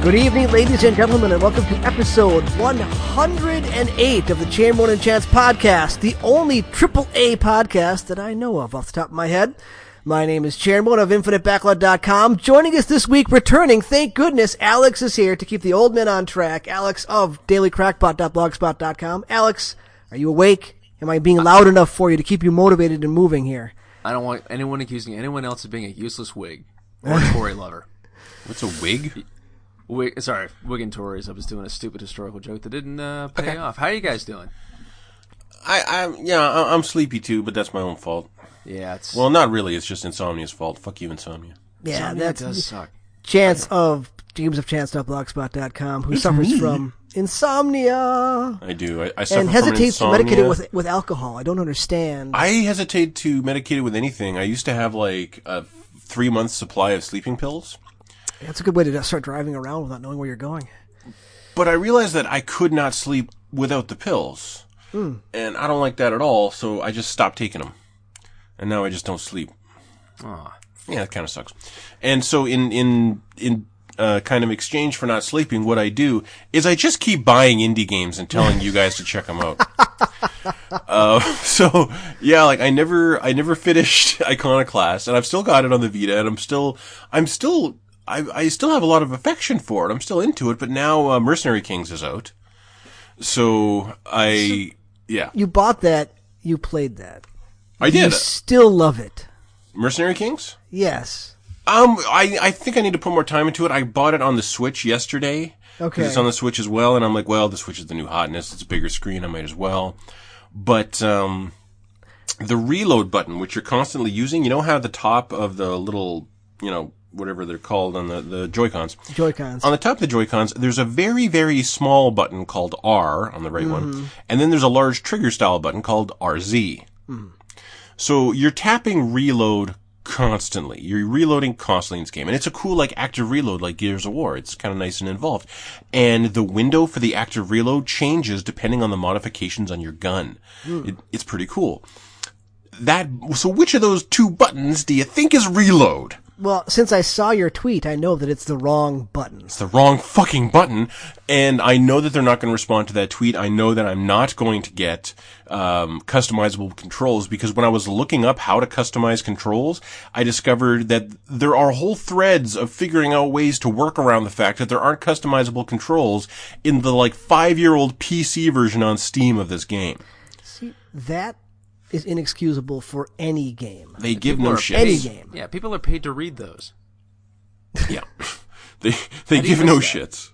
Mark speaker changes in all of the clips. Speaker 1: Good evening, ladies and gentlemen, and welcome to episode 108 of the Chamberlain and Chance podcast, the only AAA podcast that I know of off the top of my head. My name is Chamberlain of InfiniteBacklot.com. Joining us this week, returning, thank goodness, Alex is here to keep the old men on track. Alex of DailyCrackpot.blogspot.com. Alex, are you awake? Am I being loud enough for you to keep you motivated and moving here?
Speaker 2: I don't want anyone accusing anyone else of being a useless wig or a Tory lover.
Speaker 3: What's a wig?
Speaker 2: Wig, sorry, wig and Tories. I was doing a stupid historical joke that didn't uh, pay off. How are you guys doing?
Speaker 3: I, I yeah, I, I'm sleepy too, but that's my own fault.
Speaker 2: Yeah, it's
Speaker 3: Well, not really. It's just insomnia's fault. Fuck you, insomnia.
Speaker 1: Yeah,
Speaker 2: it does suck.
Speaker 1: Chance of James of Chance.blogspot.com, who suffers from insomnia
Speaker 3: I do. I, I suffer
Speaker 1: and hesitates
Speaker 3: from
Speaker 1: to medicate it
Speaker 3: insomnia.
Speaker 1: with with alcohol. I don't understand.
Speaker 3: I hesitate to medicate it with anything. I used to have like a three month supply of sleeping pills,
Speaker 1: That's a good way to start driving around without knowing where you're going.
Speaker 3: but I realized that I could not sleep without the pills, and I don't like that at all. So I just stopped taking them, and now I just don't sleep.
Speaker 2: Aw.
Speaker 3: Yeah, that kind of sucks. And so in in in uh, kind of exchange for not sleeping, what I do is I just keep buying indie games and telling you guys to check them out. uh, so yeah, like I never I never finished Iconoclast, and I've still got it on the Vita, and I'm still I'm still I I still have a lot of affection for it. I'm still into it, but now uh, Mercenary Kings is out, so I yeah
Speaker 1: You bought that. You played that.
Speaker 3: I
Speaker 1: You
Speaker 3: did
Speaker 1: still love it.
Speaker 3: Mercenary Kings.
Speaker 1: Yes.
Speaker 3: Um, I, I think I need to put more time into it. I bought it on the Switch yesterday. 'cause
Speaker 1: Okay.
Speaker 3: It's on the Switch as well, and I'm like, well, the Switch is the new hotness. It's a bigger screen. I might as well. But, um, the reload button, which you're constantly using, you know how the top of the little, you know, whatever they're called on the, the Joy-Cons.
Speaker 1: Joy-Cons.
Speaker 3: On the top of the Joy-Cons, there's a very, very small button called R on the right one, and then there's a large trigger style button called RZ. So you're tapping reload constantly. You're reloading constantly in this game. And it's a cool, like, active reload, like Gears of War. It's kind of nice and involved. And the window for the active reload changes depending on the modifications on your gun. It, it's pretty cool. That, so which of those two buttons do you think is reload?
Speaker 1: Well, since I saw your tweet, I know that it's the wrong button.
Speaker 3: It's the wrong fucking button. And I know that they're not going to respond to that tweet. I know that I'm not going to get, um, customizable controls because when I was looking up how to customize controls, I discovered that there are whole threads of figuring out ways to work around the fact that there aren't customizable controls in the like five year old PC version on Steam of this game.
Speaker 1: See, that is inexcusable for any game.
Speaker 3: They give
Speaker 2: People
Speaker 3: no
Speaker 2: are
Speaker 3: shit.
Speaker 1: Any game.
Speaker 2: Yeah, people are paid to read those.
Speaker 3: Yeah. they they
Speaker 2: do you
Speaker 3: give no
Speaker 2: miss that?
Speaker 3: shits.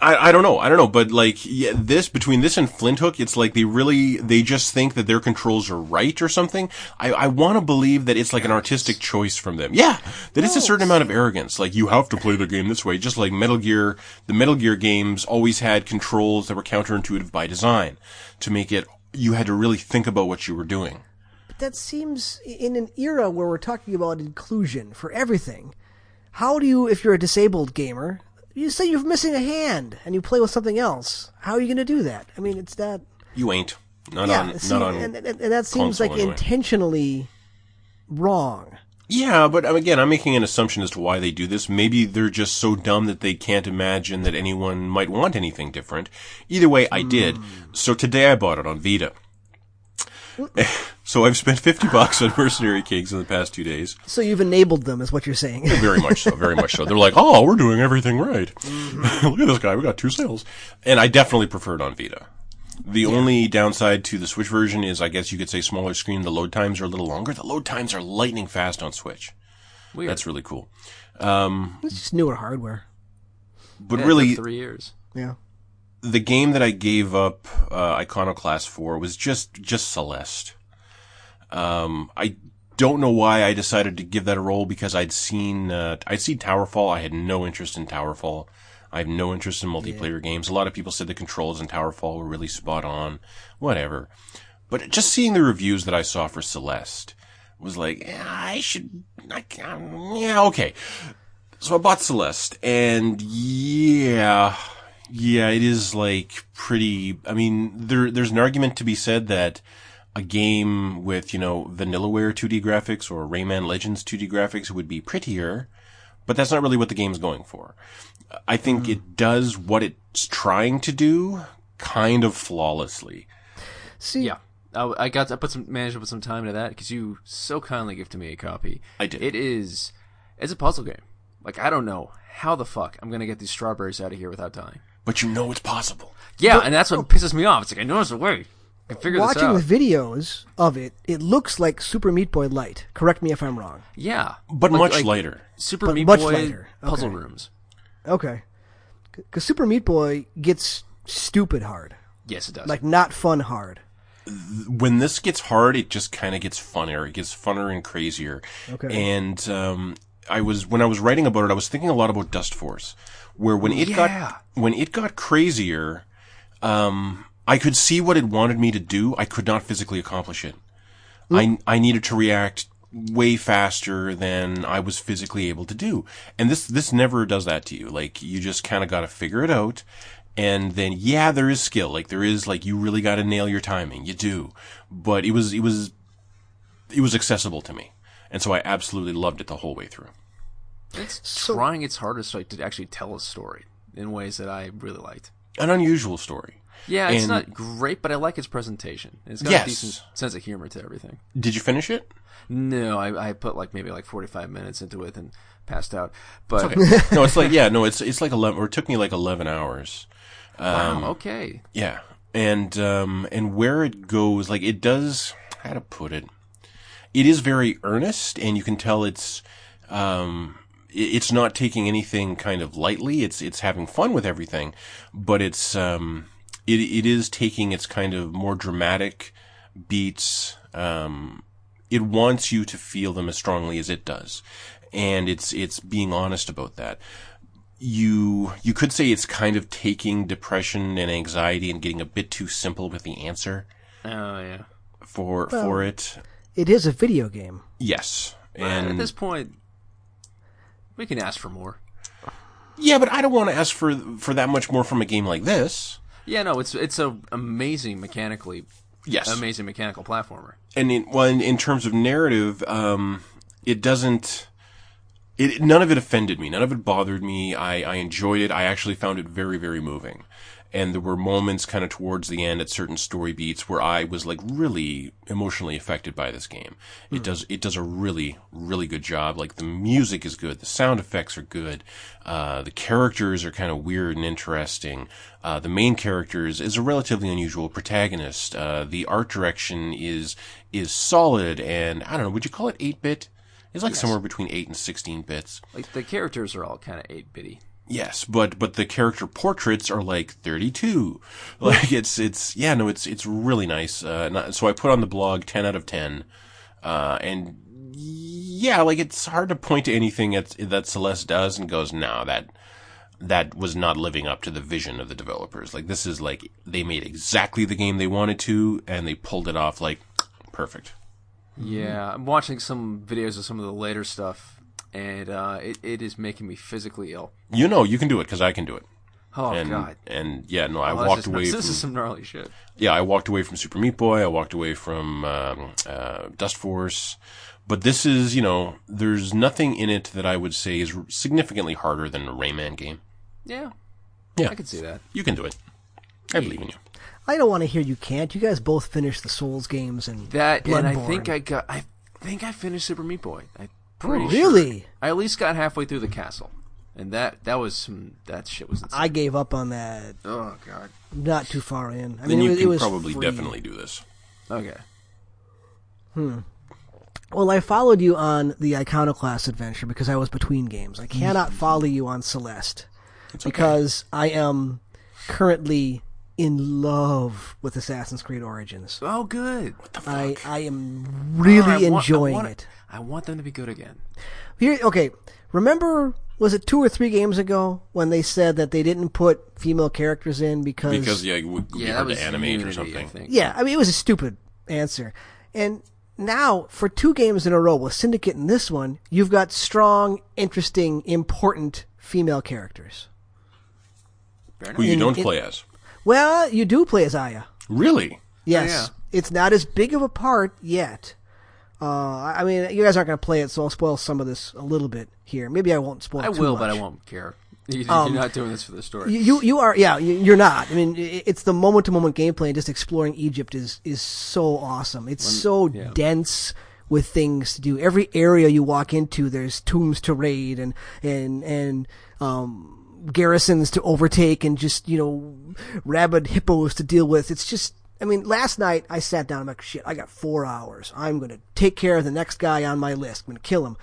Speaker 3: I, I don't know. I don't know. But like, yeah, this, between this and Flint Hook, it's like they really, they just think that their controls are right or something. I, I want to believe that it's like an artistic choice from them. Yeah. That it's a certain amount of arrogance. Like you have to play the game this way. Just like Metal Gear, the Metal Gear games always had controls that were counterintuitive by design to make it, you had to really think about what you were doing.
Speaker 1: But that seems in an era where we're talking about inclusion for everything. How do you, if you're a disabled gamer, you say you're missing a hand and you play with something else? How are you going to do that? I mean, it's that.
Speaker 3: You ain't. Not
Speaker 1: yeah,
Speaker 3: on,
Speaker 1: see,
Speaker 3: not on.
Speaker 1: and, and, and that seems
Speaker 3: console
Speaker 1: like
Speaker 3: anyway.
Speaker 1: intentionally wrong.
Speaker 3: Yeah, but um, again, I'm making an assumption as to why they do this. Maybe they're just so dumb that they can't imagine that anyone might want anything different. Either way, I did. So today I bought it on Vita. so I've spent 50 bucks on Mercenary Kings in the past two days.
Speaker 1: So you've enabled them, is what you're saying.
Speaker 3: Very much so, very much so. They're like, oh, we're doing everything right. Look at this guy, we got two sales. And I definitely prefer it on Vita. The only downside to the Switch version is, I guess you could say smaller screen, the load times are a little longer. The load times are lightning fast on Switch.
Speaker 2: Weird.
Speaker 3: That's really cool. Um,
Speaker 1: it's just newer hardware.
Speaker 3: but
Speaker 2: Yeah, it
Speaker 3: really,
Speaker 2: took three years.
Speaker 1: Yeah.
Speaker 3: the game that I gave up uh, Iconoclast for was just just Celeste. Um, I don't know why I decided to give that a roll because I'd seen uh, I'd seen Towerfall. I had no interest in Towerfall. I have no interest in multiplayer games. A lot of people said the controls in Towerfall were really spot on. Whatever. But just seeing the reviews that I saw for Celeste was like, eh, I should, I, um, yeah, okay. So I bought Celeste, and yeah, yeah, it is like pretty. I mean, there there's an argument to be said that a game with you know vanillaware 2D graphics or Rayman Legends 2D graphics would be prettier, but that's not really what the game's going for. I think
Speaker 2: Hmm.
Speaker 3: it does what it's trying to do kind of flawlessly.
Speaker 1: See,
Speaker 2: Yeah. I, I got I put some managed to put some time into that because you so kindly gifted me a copy.
Speaker 3: I did.
Speaker 2: It is it's a puzzle game. Like I don't know how the fuck I'm gonna get these strawberries out of here without dying.
Speaker 3: But you know it's possible.
Speaker 2: Yeah, and that's
Speaker 3: oh.
Speaker 2: what pisses me off. It's like I know there's a way. I can figure this
Speaker 1: watching the
Speaker 2: out.
Speaker 1: videos of it, it looks like Super Meat Boy Light. Correct me if I'm wrong.
Speaker 2: yeah,
Speaker 3: But
Speaker 2: Like-
Speaker 3: much
Speaker 2: like
Speaker 3: later.
Speaker 2: Super
Speaker 1: But
Speaker 2: Meat
Speaker 1: much
Speaker 2: Boy
Speaker 1: later.
Speaker 2: puzzle
Speaker 1: Okay.
Speaker 2: rooms.
Speaker 1: Okay, because Super Meat Boy gets stupid hard,
Speaker 2: Yes, it does.
Speaker 1: like not fun hard.
Speaker 3: when this gets hard, it just kind of gets funner. It gets funner and crazier.
Speaker 1: Okay.
Speaker 3: And um, I was when I was writing about it, I was thinking a lot about Dust Force, where when it
Speaker 2: Yeah.
Speaker 3: got when it got crazier, um, I could see what it wanted me to do. I could not physically accomplish it. I I needed to react way faster than I was physically able to do. And this this never does that to you. Like you just kind of got to figure it out. And then yeah, there is skill. Like there is like you really got to nail your timing. You do. But it was it was it was accessible to me. And so I absolutely loved it the whole way through.
Speaker 2: it's
Speaker 1: So-
Speaker 2: trying its hardest like to actually tell a story in ways that I really liked.
Speaker 3: An unusual story.
Speaker 2: Yeah, it's
Speaker 3: And-
Speaker 2: not great, but I like its presentation. It's got
Speaker 3: Yes.
Speaker 2: a decent sense of humor to everything.
Speaker 3: Did you finish it?
Speaker 2: No, I, I put like maybe like forty five minutes into it and passed out. But
Speaker 3: no, it's like yeah, no, it's it's like 11 or it took me like 11 hours. Um,
Speaker 2: wow, okay,
Speaker 3: Yeah, and um, and where it goes, like it does. How to put it? It is very earnest, and you can tell it's um, i- it's not taking anything kind of lightly. It's it's having fun with everything, but it's um, it it is taking its kind of more dramatic beats. Um, it wants you to feel them as strongly as it does, and it's it's being honest about that you you could say it's kind of taking depression and anxiety and getting a bit too simple with the answer
Speaker 2: oh yeah.
Speaker 3: for for it.
Speaker 1: It is a video game.
Speaker 3: Yes.
Speaker 2: And at
Speaker 3: And
Speaker 2: this point, we can ask for more.
Speaker 3: yeah, but I don't want to ask for for that much more from a game like this.
Speaker 2: Yeah, no, it's it's a amazing mechanically,
Speaker 3: Yes.
Speaker 2: amazing mechanical platformer.
Speaker 3: and in, well, in, in terms of narrative, um, it doesn't. It none of it offended me. None of it bothered me. I I enjoyed it. I actually found it very very moving, and there were moments kind of towards the end at certain story beats where I was like really emotionally affected by this game. It does it does a really really good job. Like the music is good. The sound effects are good. Uh, the characters are kind of weird and interesting. Uh, the main characters is a relatively unusual protagonist. Uh, the art direction is is solid and I don't know. Would you call it eight bit? It's like somewhere between eight and sixteen bits.
Speaker 2: Like the characters are all kind of eight bitty.
Speaker 3: Yes, but but the character portraits are like 32. Like it's it's yeah no it's it's really nice. Uh, not, so I put on the blog 10 out of 10, uh, and yeah, like it's hard to point to anything that that Celeste does and goes no that that was not living up to the vision of the developers. Like this is like they made exactly the game they wanted to and they pulled it off like perfect. Mm-hmm.
Speaker 2: Yeah, I'm watching some videos of some of the later stuff, and uh, it it is making me physically ill.
Speaker 3: You know you can do it because I can do it.
Speaker 2: Oh
Speaker 3: And
Speaker 2: god,
Speaker 3: and yeah no I
Speaker 2: Oh, that's
Speaker 3: walked
Speaker 2: just-
Speaker 3: away.
Speaker 2: This
Speaker 3: from,
Speaker 2: is some gnarly shit.
Speaker 3: yeah, I walked away from Super Meat Boy. I walked away from um, uh, Dust Force. But this is, you know, there's nothing in it that I would say is significantly harder than a Rayman game.
Speaker 2: Yeah,
Speaker 3: Yeah,
Speaker 2: I can see that.
Speaker 3: You can do it. I believe in you.
Speaker 1: I don't want to hear you can't. You guys both finished the Souls games and
Speaker 2: That and I
Speaker 1: Bloodborne.
Speaker 2: think I got. I think I finished Super Meat Boy. I pretty sure.
Speaker 1: really.
Speaker 2: I at least got halfway through the castle, and that that was some that shit was insane.
Speaker 1: I gave up on that.
Speaker 2: oh god.
Speaker 1: Not too far in. I mean,
Speaker 3: Then
Speaker 1: it
Speaker 3: you
Speaker 1: was, it
Speaker 3: can
Speaker 1: was
Speaker 3: probably
Speaker 1: free.
Speaker 3: definitely do this.
Speaker 2: Okay.
Speaker 1: Well, I followed you on the Iconoclast adventure because I was between games. I
Speaker 3: Mm-hmm.
Speaker 1: cannot follow you on Celeste because I am currently in love with Assassin's Creed Origins.
Speaker 2: Oh good.
Speaker 1: I, I am really
Speaker 2: I want-
Speaker 1: enjoying
Speaker 2: I want,
Speaker 1: it.
Speaker 2: I want them to be good again.
Speaker 1: Here, okay. Remember, was it two or three games ago when they said that they didn't put female characters in because
Speaker 3: Because, yeah, it would be
Speaker 2: Yeah, that
Speaker 3: hard
Speaker 2: was
Speaker 3: to animate
Speaker 2: Unity,
Speaker 3: or
Speaker 2: I
Speaker 3: something.
Speaker 2: think.
Speaker 1: Yeah, I mean, it was a stupid answer. And now, for two games in a row with Syndicate and this one, you've got strong, interesting, important female characters.
Speaker 3: Who you
Speaker 1: In-
Speaker 3: don't
Speaker 1: in-
Speaker 3: play as.
Speaker 1: Well, you do play as Aya.
Speaker 3: Really?
Speaker 1: Yes.
Speaker 2: Oh, yeah.
Speaker 1: It's not as big of a part yet. Uh, I I mean, you guys aren't going to play it, so I'll spoil some of this a little bit here. Maybe I won't spoil.
Speaker 2: I
Speaker 1: too
Speaker 2: will,
Speaker 1: much.
Speaker 2: but I won't care. You,
Speaker 1: Um,
Speaker 2: you're not doing this for the story.
Speaker 1: You- You you are yeah you- you're not. I mean, i- it's the moment to moment gameplay and just exploring Egypt is is so awesome. It's so dense with things to do. Every area you walk into, there's tombs to raid and and and um, garrisons to overtake and just you know rabid hippos to deal with. It's just I mean, last night I sat down. I'm like, shit, I got four hours. I'm gonna take care of the next guy on my list. I'm gonna kill him.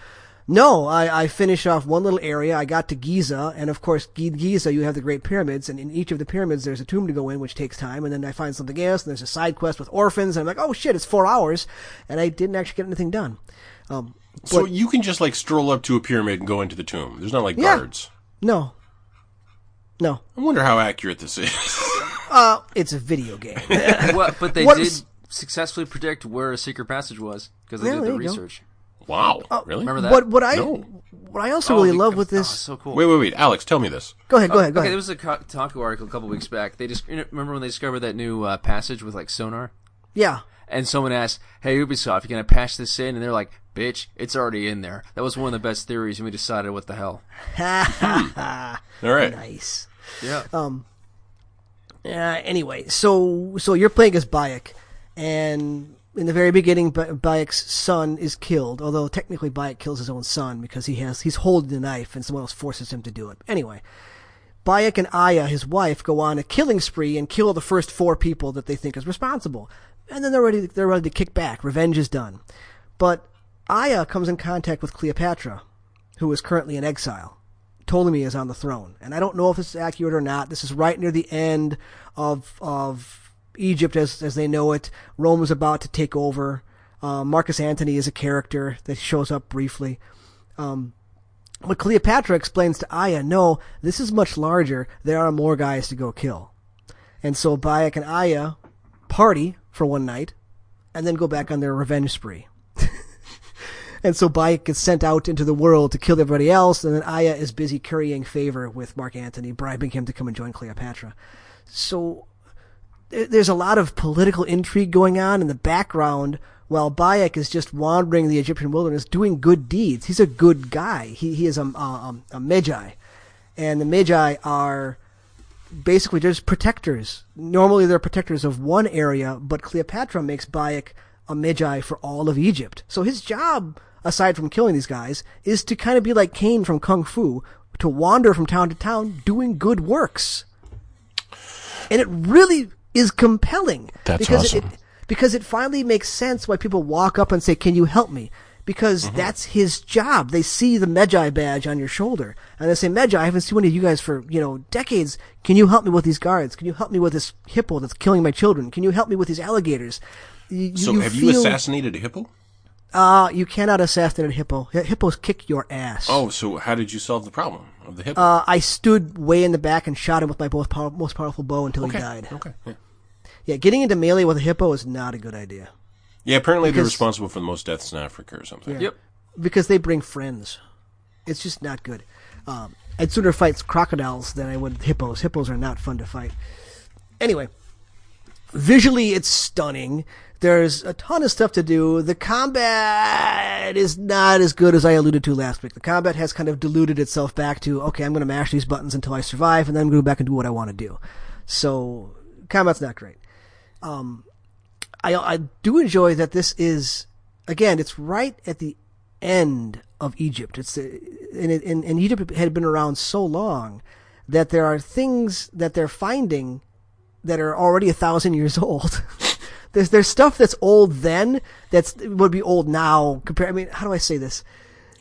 Speaker 1: No, I, I finish off one little area. I got to Giza, and of course, Gi- Giza, you have the Great Pyramids, and in each of the pyramids, there's a tomb to go in, which takes time, and then I find something else, and there's a side quest with orphans, and I'm like, oh shit, it's four hours, and I didn't actually get anything done. Um,
Speaker 3: So you can just like stroll up to a pyramid and go into the tomb. There's not like
Speaker 1: Yeah.
Speaker 3: guards.
Speaker 1: no. No.
Speaker 3: I wonder how accurate this is.
Speaker 1: Uh, it's a video game.
Speaker 2: well, but they
Speaker 1: What
Speaker 2: did
Speaker 1: is-
Speaker 2: successfully predict where a secret passage was because they
Speaker 1: Yeah,
Speaker 2: did
Speaker 1: there
Speaker 2: the
Speaker 1: you go.
Speaker 2: research.
Speaker 3: wow.
Speaker 1: Oh,
Speaker 3: really?
Speaker 2: remember that?
Speaker 1: what, what I,
Speaker 3: No.
Speaker 1: what I also
Speaker 2: Oh,
Speaker 1: really
Speaker 2: the-
Speaker 1: love with
Speaker 2: oh,
Speaker 1: this,
Speaker 2: so cool.
Speaker 3: Wait, wait, wait. Alex, tell me this.
Speaker 1: go ahead, go ahead, go
Speaker 2: Oh, okay,
Speaker 1: ahead.
Speaker 2: there was a Ko- Kotaku article a couple weeks back. They just you know, remember when they discovered that new uh, passage with like sonar,
Speaker 1: yeah.
Speaker 2: and someone asked, "Hey Ubisoft, you gonna patch this in?" And they're like, "Bitch, it's already in there." That was one of the best theories, and we decided, "What the hell?"
Speaker 3: All right.
Speaker 1: Nice.
Speaker 2: Yeah,
Speaker 1: Um, Uh, anyway, so so you're playing as Bayek, and in the very beginning, Ba- Bayek's son is killed. Although technically, Bayek kills his own son because he has he's holding the knife, and someone else forces him to do it. Anyway, Bayek and Aya, his wife, go on a killing spree and kill the first four people that they think is responsible, and then they're ready they're ready to kick back. Revenge is done, but Aya comes in contact with Cleopatra, who is currently in exile. Ptolemy is on the throne, and I don't know if this is accurate or not. This is right near the end of of Egypt as as they know it. Rome is about to take over. Uh, Marcus Antony is a character that shows up briefly. But Cleopatra explains to Aya, no, this is much larger. There are more guys to go kill. And so Bayek and Aya party for one night and then go back on their revenge spree. and so Bayek gets sent out into the world to kill everybody else, and then Aya is busy currying favor with Mark Antony, bribing him to come and join Cleopatra. So there- there's a lot of political intrigue going on in the background while Bayek is just wandering the Egyptian wilderness doing good deeds. He's a good guy. He, he is a, a, a Magi. And the Magi are basically just protectors. Normally they're protectors of one area, but Cleopatra makes Bayek a Magi for all of Egypt. So his job, aside from killing these guys, is to kind of be like Cain from Kung Fu, to wander from town to town doing good works and it really is compelling.
Speaker 3: That's
Speaker 1: because It,
Speaker 3: awesome.
Speaker 1: because it finally makes sense why people walk up and say, "Can you help me?" Because
Speaker 3: Mm-hmm.
Speaker 1: that's his job. They see the Magi badge on your shoulder, and they say, "Magi, I haven't seen one of you guys for you know decades. Can you help me with these guards? Can you help me with this hippo that's killing my children? Can you help me with these alligators?" You,
Speaker 3: So have you
Speaker 1: feel-
Speaker 3: assassinated a hippo?
Speaker 1: Uh, you cannot assassinate a hippo. Hi- Hippos kick your ass.
Speaker 3: Oh, so how did you solve the problem of the hippo?
Speaker 1: Uh, I stood way in the back and shot him with my both pow- most powerful bow until he died.
Speaker 3: Okay. Yeah.
Speaker 1: Yeah, getting into melee with a hippo is not a good idea.
Speaker 3: Yeah, apparently they're
Speaker 1: Because-
Speaker 3: responsible for the most deaths in Africa or something.
Speaker 2: yep.
Speaker 1: because they bring friends. It's just not good. Um, I'd sooner fight crocodiles than I would hippos. Hippos are not fun to fight. Anyway, visually it's stunning. There's a ton of stuff to do. The combat is not as good as I alluded to last week. The combat has kind of diluted itself back to okay, I'm going to mash these buttons until I survive, and then I'm going to go back and do what I want to do. So combat's not great. I, I do enjoy that this is again it's right at the end of Egypt. It's uh, and, it- and, and Egypt had been around so long that there are things that they're finding that are already a thousand years old. there's there's stuff that's old then that's would be old now. Compare. I mean, how do I say this?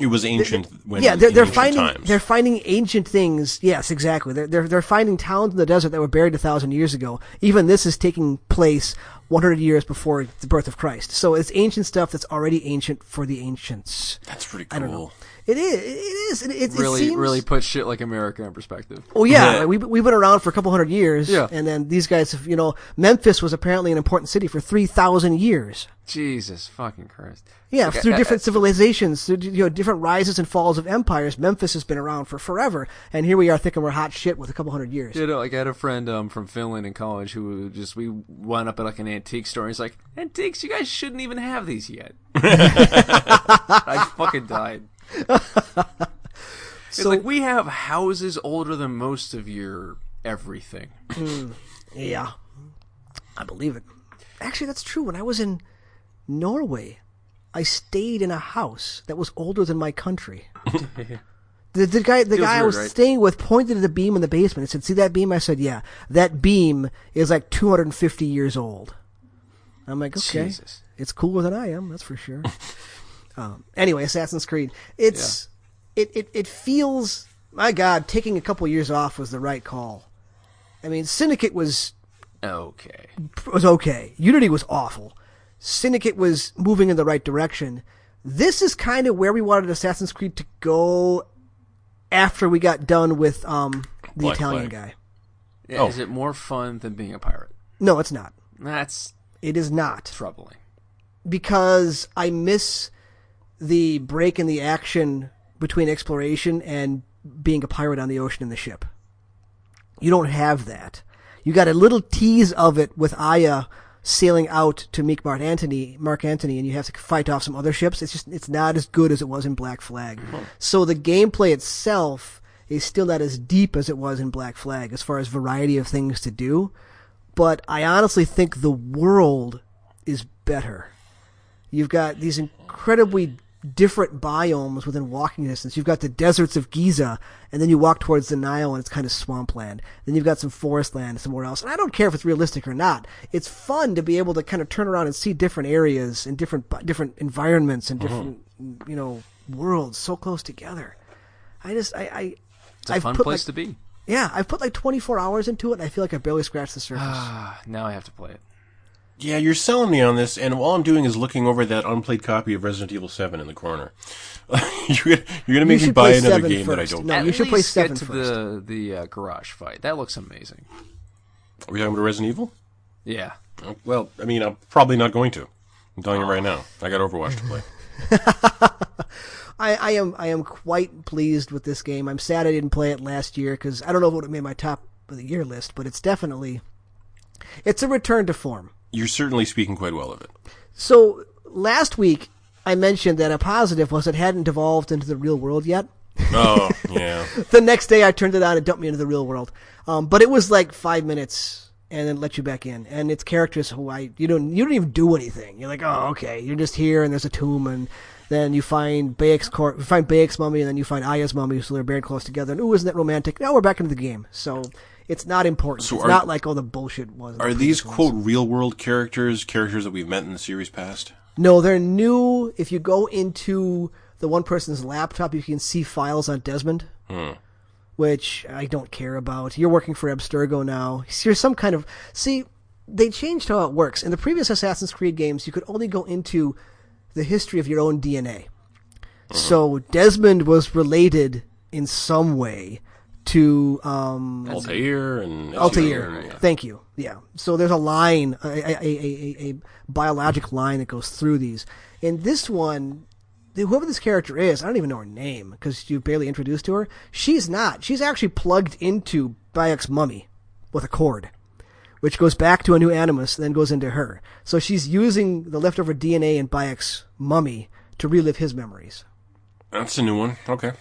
Speaker 3: It was ancient when
Speaker 1: yeah, they're,
Speaker 3: in
Speaker 1: they're
Speaker 3: ancient
Speaker 1: finding
Speaker 3: times.
Speaker 1: they're finding ancient things. Yes, exactly. They're, they're they're finding towns in the desert that were buried a thousand years ago. Even this is taking place 100 years before the birth of Christ. So it's ancient stuff that's already ancient for the ancients.
Speaker 3: That's pretty
Speaker 1: I don't know.
Speaker 3: cool.
Speaker 1: It is. It is. It, it,
Speaker 2: really
Speaker 1: it seems,
Speaker 2: really put shit like America in perspective.
Speaker 1: Well, yeah,
Speaker 3: Yeah.
Speaker 1: like, we we've been around for a couple hundred years,
Speaker 2: Yeah.
Speaker 1: and then these guys, have, you know, Memphis was apparently an important city for three thousand years.
Speaker 2: Jesus fucking Christ.
Speaker 1: Yeah,
Speaker 2: Okay, uh,
Speaker 1: through
Speaker 2: I-
Speaker 1: different civilizations, through you know different rises and falls of empires, Memphis has been around for forever, and here we are thinking we're hot shit with a couple hundred years.
Speaker 2: You know, like I had a friend um, from Finland in college who just we wound up at like an antique store. and He's like, "Antiques, you guys shouldn't even have these yet." I fucking died. it's like we have houses older than most of your everything.
Speaker 1: Yeah, I believe it. Actually, that's true. When I was in Norway, I stayed in a house that was older than my country. The, the guy, the guy I
Speaker 2: weird,
Speaker 1: was
Speaker 2: right?
Speaker 1: staying with, pointed at the beam in the basement and said, "See that beam?" I said, "Yeah, that beam is like 250 years old." I'm like, "Okay,
Speaker 2: Jesus.
Speaker 1: it's cooler than I am, that's for sure." um, anyway, Assassin's Creed, it's it, it it feels my God, taking a couple years off was the right call. I mean, Syndicate was
Speaker 2: Okay.
Speaker 1: was okay. Unity was awful. Syndicate was moving in the right direction. This is kind of where we wanted Assassin's Creed to go after we got done with um, the
Speaker 3: Black
Speaker 1: Italian
Speaker 3: Flag.
Speaker 1: guy.
Speaker 2: Yeah, Is it more fun than being a pirate?
Speaker 1: No, it's not.
Speaker 2: That's
Speaker 1: It is not.
Speaker 2: troubling.
Speaker 1: because I miss the break in the action between exploration and being a pirate on the ocean in the ship. You don't have that. You got a little tease of it with Aya sailing out to meet Mark Antony, Mark Antony, and you have to fight off some other ships. It's just it's not as good as it was in Black Flag. So the gameplay itself is still not as deep as it was in Black Flag as far as variety of things to do but I honestly think the world is better. You've got these incredibly different biomes within walking distance. You've got the deserts of Giza, and then you walk towards the Nile and it's kind of swampland. Then you've got some forest land somewhere else. And I don't care if it's realistic or not. It's fun to be able to kind of turn around and see different areas and different bi- different environments
Speaker 2: Mm-hmm.
Speaker 1: and different you know worlds so close together. I just I, I
Speaker 2: It's a
Speaker 1: I've
Speaker 2: fun
Speaker 1: put,
Speaker 2: place
Speaker 1: like-
Speaker 2: to be.
Speaker 1: yeah, I've put like 24 hours into it and I feel like I barely scratched the surface.
Speaker 2: Ah, now I have to play it.
Speaker 3: Yeah, you're selling me on this, and all I'm doing is looking over that unplayed copy of Resident Evil Seven in the corner. you're gonna, you're gonna make
Speaker 1: You
Speaker 3: me
Speaker 1: should
Speaker 3: buy
Speaker 1: play
Speaker 3: another
Speaker 1: 7
Speaker 3: game that I
Speaker 1: first.
Speaker 3: don't.
Speaker 1: No.
Speaker 2: At
Speaker 1: you should play
Speaker 2: least
Speaker 1: seven
Speaker 2: get to the the uh, garage fight. That looks amazing.
Speaker 3: Are we talking about Resident Evil?
Speaker 2: Yeah.
Speaker 3: Uh, Well, I mean, I'm probably not going to. I'm telling you right now. I got Overwatch to play.
Speaker 1: I, I am I am quite pleased with this game. I'm sad I didn't play it last year because I don't know if it would have made my top of the year list, but it's definitely it's a return to form.
Speaker 3: You're certainly speaking quite well of it.
Speaker 1: So last week I mentioned that a positive was it hadn't devolved into the real world yet.
Speaker 3: Oh, yeah.
Speaker 1: the next day I turned it on and dumped me into the real world. Um, but it was like five minutes and then let you back in. And it's characters who I you don't you don't even do anything. You're like, oh okay, you're just here and there's a tomb and then you find Bayek's cor- you find Bayek's mummy and then you find Aya's mummy, so they're buried close together. And ooh, isn't that romantic? Now we're back into the game, so it's not important. it's
Speaker 3: are-
Speaker 1: not like all the bullshit was. in the
Speaker 3: Are these
Speaker 1: previous ones.
Speaker 3: quote real world characters characters that we've met in the series past?
Speaker 1: No, they're new. If you go into the one person's laptop, you can see files on Desmond, which I don't care about. You're working for Abstergo now. You're some kind of see. They changed how it works. In the previous Assassin's Creed games, you could only go into the history of your own DNA. So Desmond was related in some way to um,
Speaker 3: Altair and
Speaker 1: Altair.
Speaker 3: Yeah.
Speaker 1: Thank you. Yeah. So there's a line, a, a, a, a, a- a biologic line that goes through these. In this one, the- whoever this character is, I don't even know her name because you barely introduced to her. She's not. She's actually plugged into Bayek's mummy with a cord, which goes back to a new animus, and then goes into her. So she's using the leftover DNA in Bayek's mummy to relive his memories.
Speaker 3: That's a new one. Okay.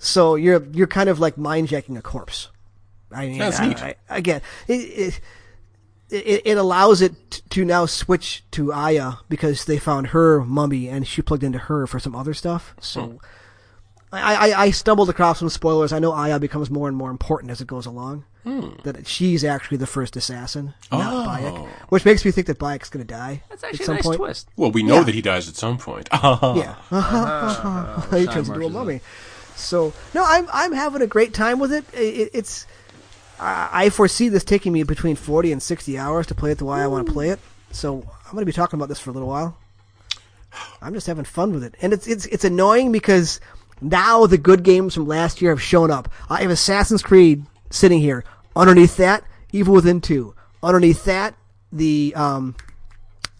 Speaker 1: So you're you're kind of like mind jacking a corpse. I mean,
Speaker 3: That's
Speaker 1: I,
Speaker 3: neat.
Speaker 1: I, again, it, it it it allows it t- to now switch to Aya because they found her mummy and she plugged into her for some other stuff.
Speaker 2: Hmm.
Speaker 1: So I, I I stumbled across some spoilers. I know Aya becomes more and more important as it goes along.
Speaker 2: Hmm.
Speaker 1: That she's actually the first assassin, not
Speaker 3: Oh.
Speaker 1: Bayek, which makes me think that Bayek's going to die
Speaker 2: That's
Speaker 1: at
Speaker 2: actually a
Speaker 1: some
Speaker 2: nice
Speaker 1: point.
Speaker 2: twist. Oh.
Speaker 3: Well, we know
Speaker 1: Yeah.
Speaker 3: that he dies at some point.
Speaker 1: Yeah. he
Speaker 2: Time
Speaker 1: turns into a
Speaker 2: marches
Speaker 1: mummy. So no, I'm I'm having a great time with it. I- it it's I I foresee this taking me between 40 and 60 hours to play it the way I want to play it. So I'm going to be talking about this for a little while. I'm just having fun with it, and it's it's it's annoying because Now the good games from last year have shown up. I have Assassin's Creed sitting here. Underneath that, Evil Within 2. Underneath that, the um,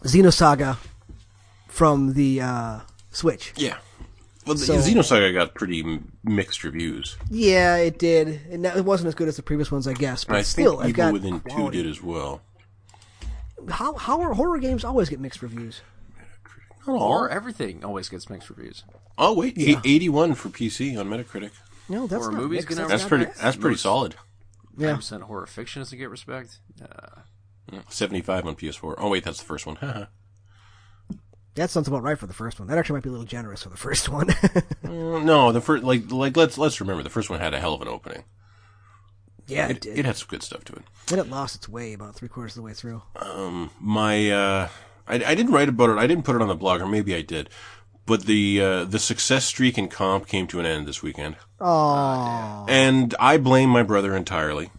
Speaker 1: Xenosaga from the uh, Switch.
Speaker 3: Yeah. Well, the
Speaker 1: So-
Speaker 3: Xenosaga got pretty m- mixed reviews.
Speaker 1: Yeah, it did. And that- It wasn't as good as the previous ones, I guess. But
Speaker 3: I
Speaker 1: still,
Speaker 3: think
Speaker 1: I've
Speaker 3: Evil
Speaker 1: got
Speaker 3: Within
Speaker 1: quality.
Speaker 3: Two did as well.
Speaker 1: How how are horror games always get mixed reviews?
Speaker 2: Or everything always gets mixed reviews.
Speaker 3: Oh wait, e- 81 for PC on Metacritic.
Speaker 1: No, that's
Speaker 2: Horror
Speaker 1: not
Speaker 2: movies
Speaker 1: mixed.
Speaker 2: get
Speaker 1: That's,
Speaker 3: That's
Speaker 2: not
Speaker 3: pretty.
Speaker 1: bad.
Speaker 3: That's pretty solid.
Speaker 1: Yeah.
Speaker 2: 100% horror fiction doesn't get respect. Uh,
Speaker 3: 75 on PS4. Oh wait, that's the first one. Haha.
Speaker 1: That sounds about right for the first one. That actually might be a little generous for the first one.
Speaker 3: Mm, no, the first like like let's let's remember the first one had a hell of an opening.
Speaker 1: yeah, it,
Speaker 3: It,
Speaker 1: did.
Speaker 3: it had some good stuff to it.
Speaker 1: Then it lost its way about three quarters of the way through.
Speaker 3: my uh, I, I didn't write about it. I didn't put it on the blog, or maybe I did. But the uh, the success streak in comp came to an end this weekend,
Speaker 1: Oh,
Speaker 3: and I blame my brother entirely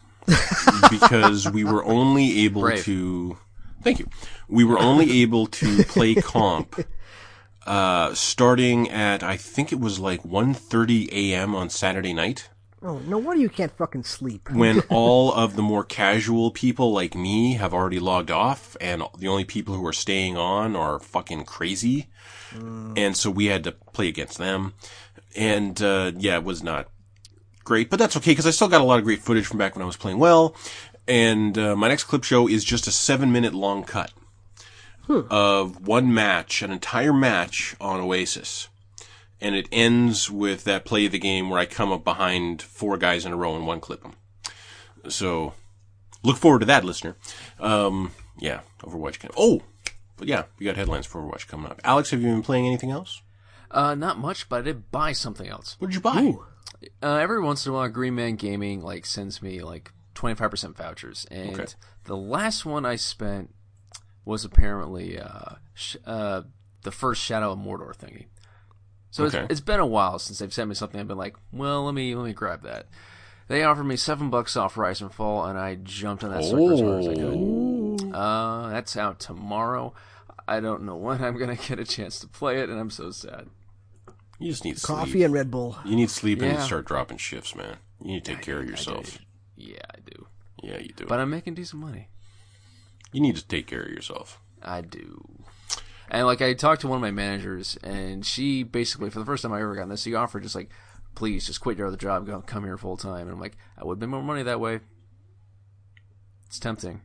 Speaker 3: because we were only able
Speaker 2: Brave.
Speaker 3: to. Thank you. We were only able to play comp. Uh, starting at I think it was like 1.30 a.m. on Saturday night,
Speaker 1: oh, no wonder you can't fucking sleep.
Speaker 3: when all of the more casual people like me have already logged off and the only people who are staying on are fucking crazy. And so we had to play against them. And, uh, yeah, it was not great, but that's okay because I still got a lot of great footage from back when I was playing well. And, uh, my next clip show is just a seven minute long cut of one match, an entire match on Oasis and it ends with that play of the game where I come up behind four guys in a row and one clip them. So look forward to that, listener. Um, yeah, Overwatch. Can- oh, but yeah, we got headlines for Overwatch coming up. Alex, have you been playing anything else?
Speaker 2: uh, not much, but I did buy something else.
Speaker 3: What did you buy?
Speaker 2: uh, every once in a while, Green Man Gaming like sends me like twenty five percent vouchers, and
Speaker 3: Okay.
Speaker 2: the last one I spent was apparently uh, sh- uh, the first Shadow of Mordor thingy. So
Speaker 3: Okay.
Speaker 2: it's, it's been a while since they've sent me something. I've been like, well, let me let me grab that. They offered me seven bucks off Rise and Fall, and I jumped on that sucker as hard as I
Speaker 3: Oh.
Speaker 2: could. Uh, that's out tomorrow. I don't know when I'm gonna get a chance to play it, and I'm so sad.
Speaker 3: You just need
Speaker 1: Coffee
Speaker 3: sleep.
Speaker 1: and Red Bull.
Speaker 3: you need sleep and
Speaker 2: Yeah.
Speaker 3: start dropping shifts, man. You need to take care of yourself.
Speaker 2: Yeah, I do,
Speaker 3: Yeah, you do.
Speaker 2: but I'm making decent money.
Speaker 3: you need to take care of yourself.
Speaker 2: I do. And like I talked to one of my managers, and she basically, for the first time I ever got this, she offered just like, please just quit your other job, go come here full time. And I'm like, I would make more money that way. It's tempting.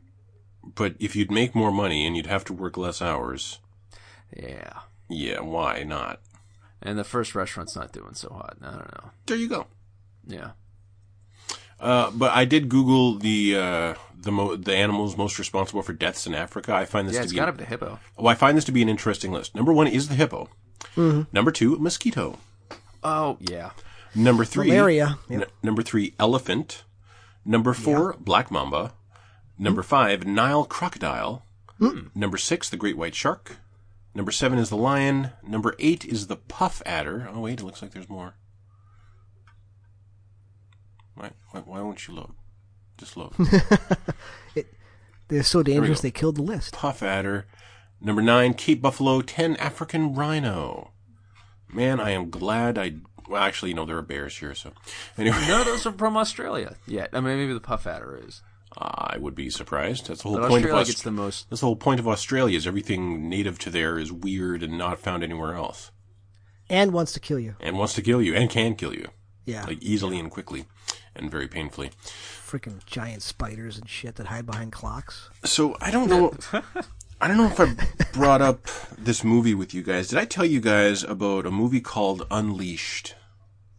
Speaker 3: But if you'd make more money and you'd have to work less hours,
Speaker 2: Yeah.
Speaker 3: yeah, why not?
Speaker 2: And the first restaurant's not doing so hot. I don't know.
Speaker 3: There you go.
Speaker 2: Yeah.
Speaker 3: Uh, but I did Google the uh, the mo- the animals most responsible for deaths in Africa. I find this
Speaker 2: Yeah,
Speaker 3: to
Speaker 2: it's
Speaker 3: be
Speaker 2: got to be the hippo.
Speaker 3: well, Oh, I find this to be an interesting list. Number one is the hippo. Number two, mosquito.
Speaker 2: Oh, yeah.
Speaker 3: Number three,
Speaker 1: Malaria.
Speaker 3: n-
Speaker 1: Yep.
Speaker 3: number three, elephant. Number four, black mamba. Number five, Nile crocodile. Number six, the great white shark. Number seven is the lion. Number eight is the puff adder. Oh wait, it looks like there's more. Why, why, why won't you load? Just load.
Speaker 1: They're so dangerous
Speaker 3: go.
Speaker 1: they killed the list.
Speaker 3: puff adder. Number nine, Cape Buffalo. Ten, African rhino. Man, I am glad I. Well, actually, no, there are bears here, so. Anyway,
Speaker 2: None of those are from Australia yet. I mean, maybe the puff adder is.
Speaker 3: I would be surprised. That's the whole
Speaker 2: But
Speaker 3: point
Speaker 2: Australia
Speaker 3: of
Speaker 2: gets
Speaker 3: Australia.
Speaker 2: the most.
Speaker 3: That's the whole point of Australia is everything native to there is weird and not found anywhere else,
Speaker 1: And wants to kill you.
Speaker 3: and wants to kill you and can kill you
Speaker 1: Yeah.
Speaker 3: like easily and quickly, and very painfully.
Speaker 1: Freaking giant spiders and shit that hide behind clocks.
Speaker 3: So I don't know. I don't know if I brought up this movie with you guys. Did I tell you guys about a movie called Unleashed?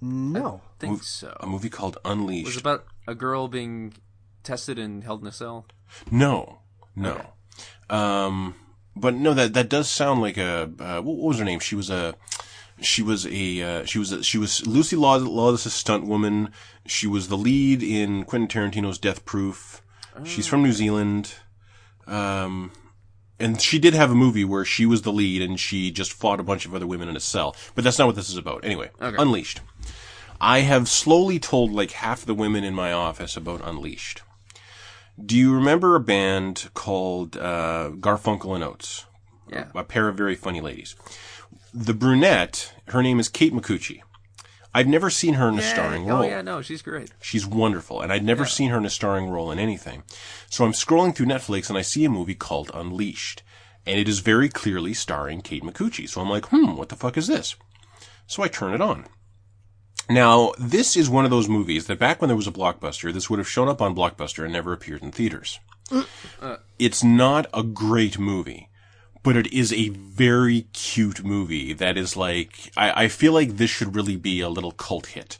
Speaker 1: No.
Speaker 2: I think so.
Speaker 3: A movie called
Speaker 2: It was
Speaker 3: Unleashed.
Speaker 2: about a girl being tested and held in a cell.
Speaker 3: No, no. Um, but no, that that does sound like a uh, what was her name? She was a she was a uh, she was a, she was Lucy Law- Lawless's stunt woman. She was the lead in Quentin Tarantino's Death Proof. She's from New Zealand. Um, and she did have a movie where she was the lead and she just fought a bunch of other women in a cell. But that's not what this is about. Anyway, Unleashed. I have slowly told like half the women in my office about Unleashed. Do you remember a band called uh, Garfunkel and Oates?
Speaker 2: Yeah.
Speaker 3: A pair of very funny ladies. The brunette, her name is Kate McCucci. I've never seen her in a starring
Speaker 2: oh
Speaker 3: role.
Speaker 2: yeah, no, she's great.
Speaker 3: She's wonderful, and I'd never seen her in a starring role in anything. So I'm scrolling through Netflix and I see a movie called Unleashed, and it is very clearly starring Kate McCucci. So I'm like, hmm, what the fuck is this? So I turn it on. Now, this is one of those movies that back when there was a blockbuster, this would have shown up on Blockbuster and never appeared in theaters. It's not a great movie, but it is a very cute movie that is like, I, I feel like this should really be a little cult hit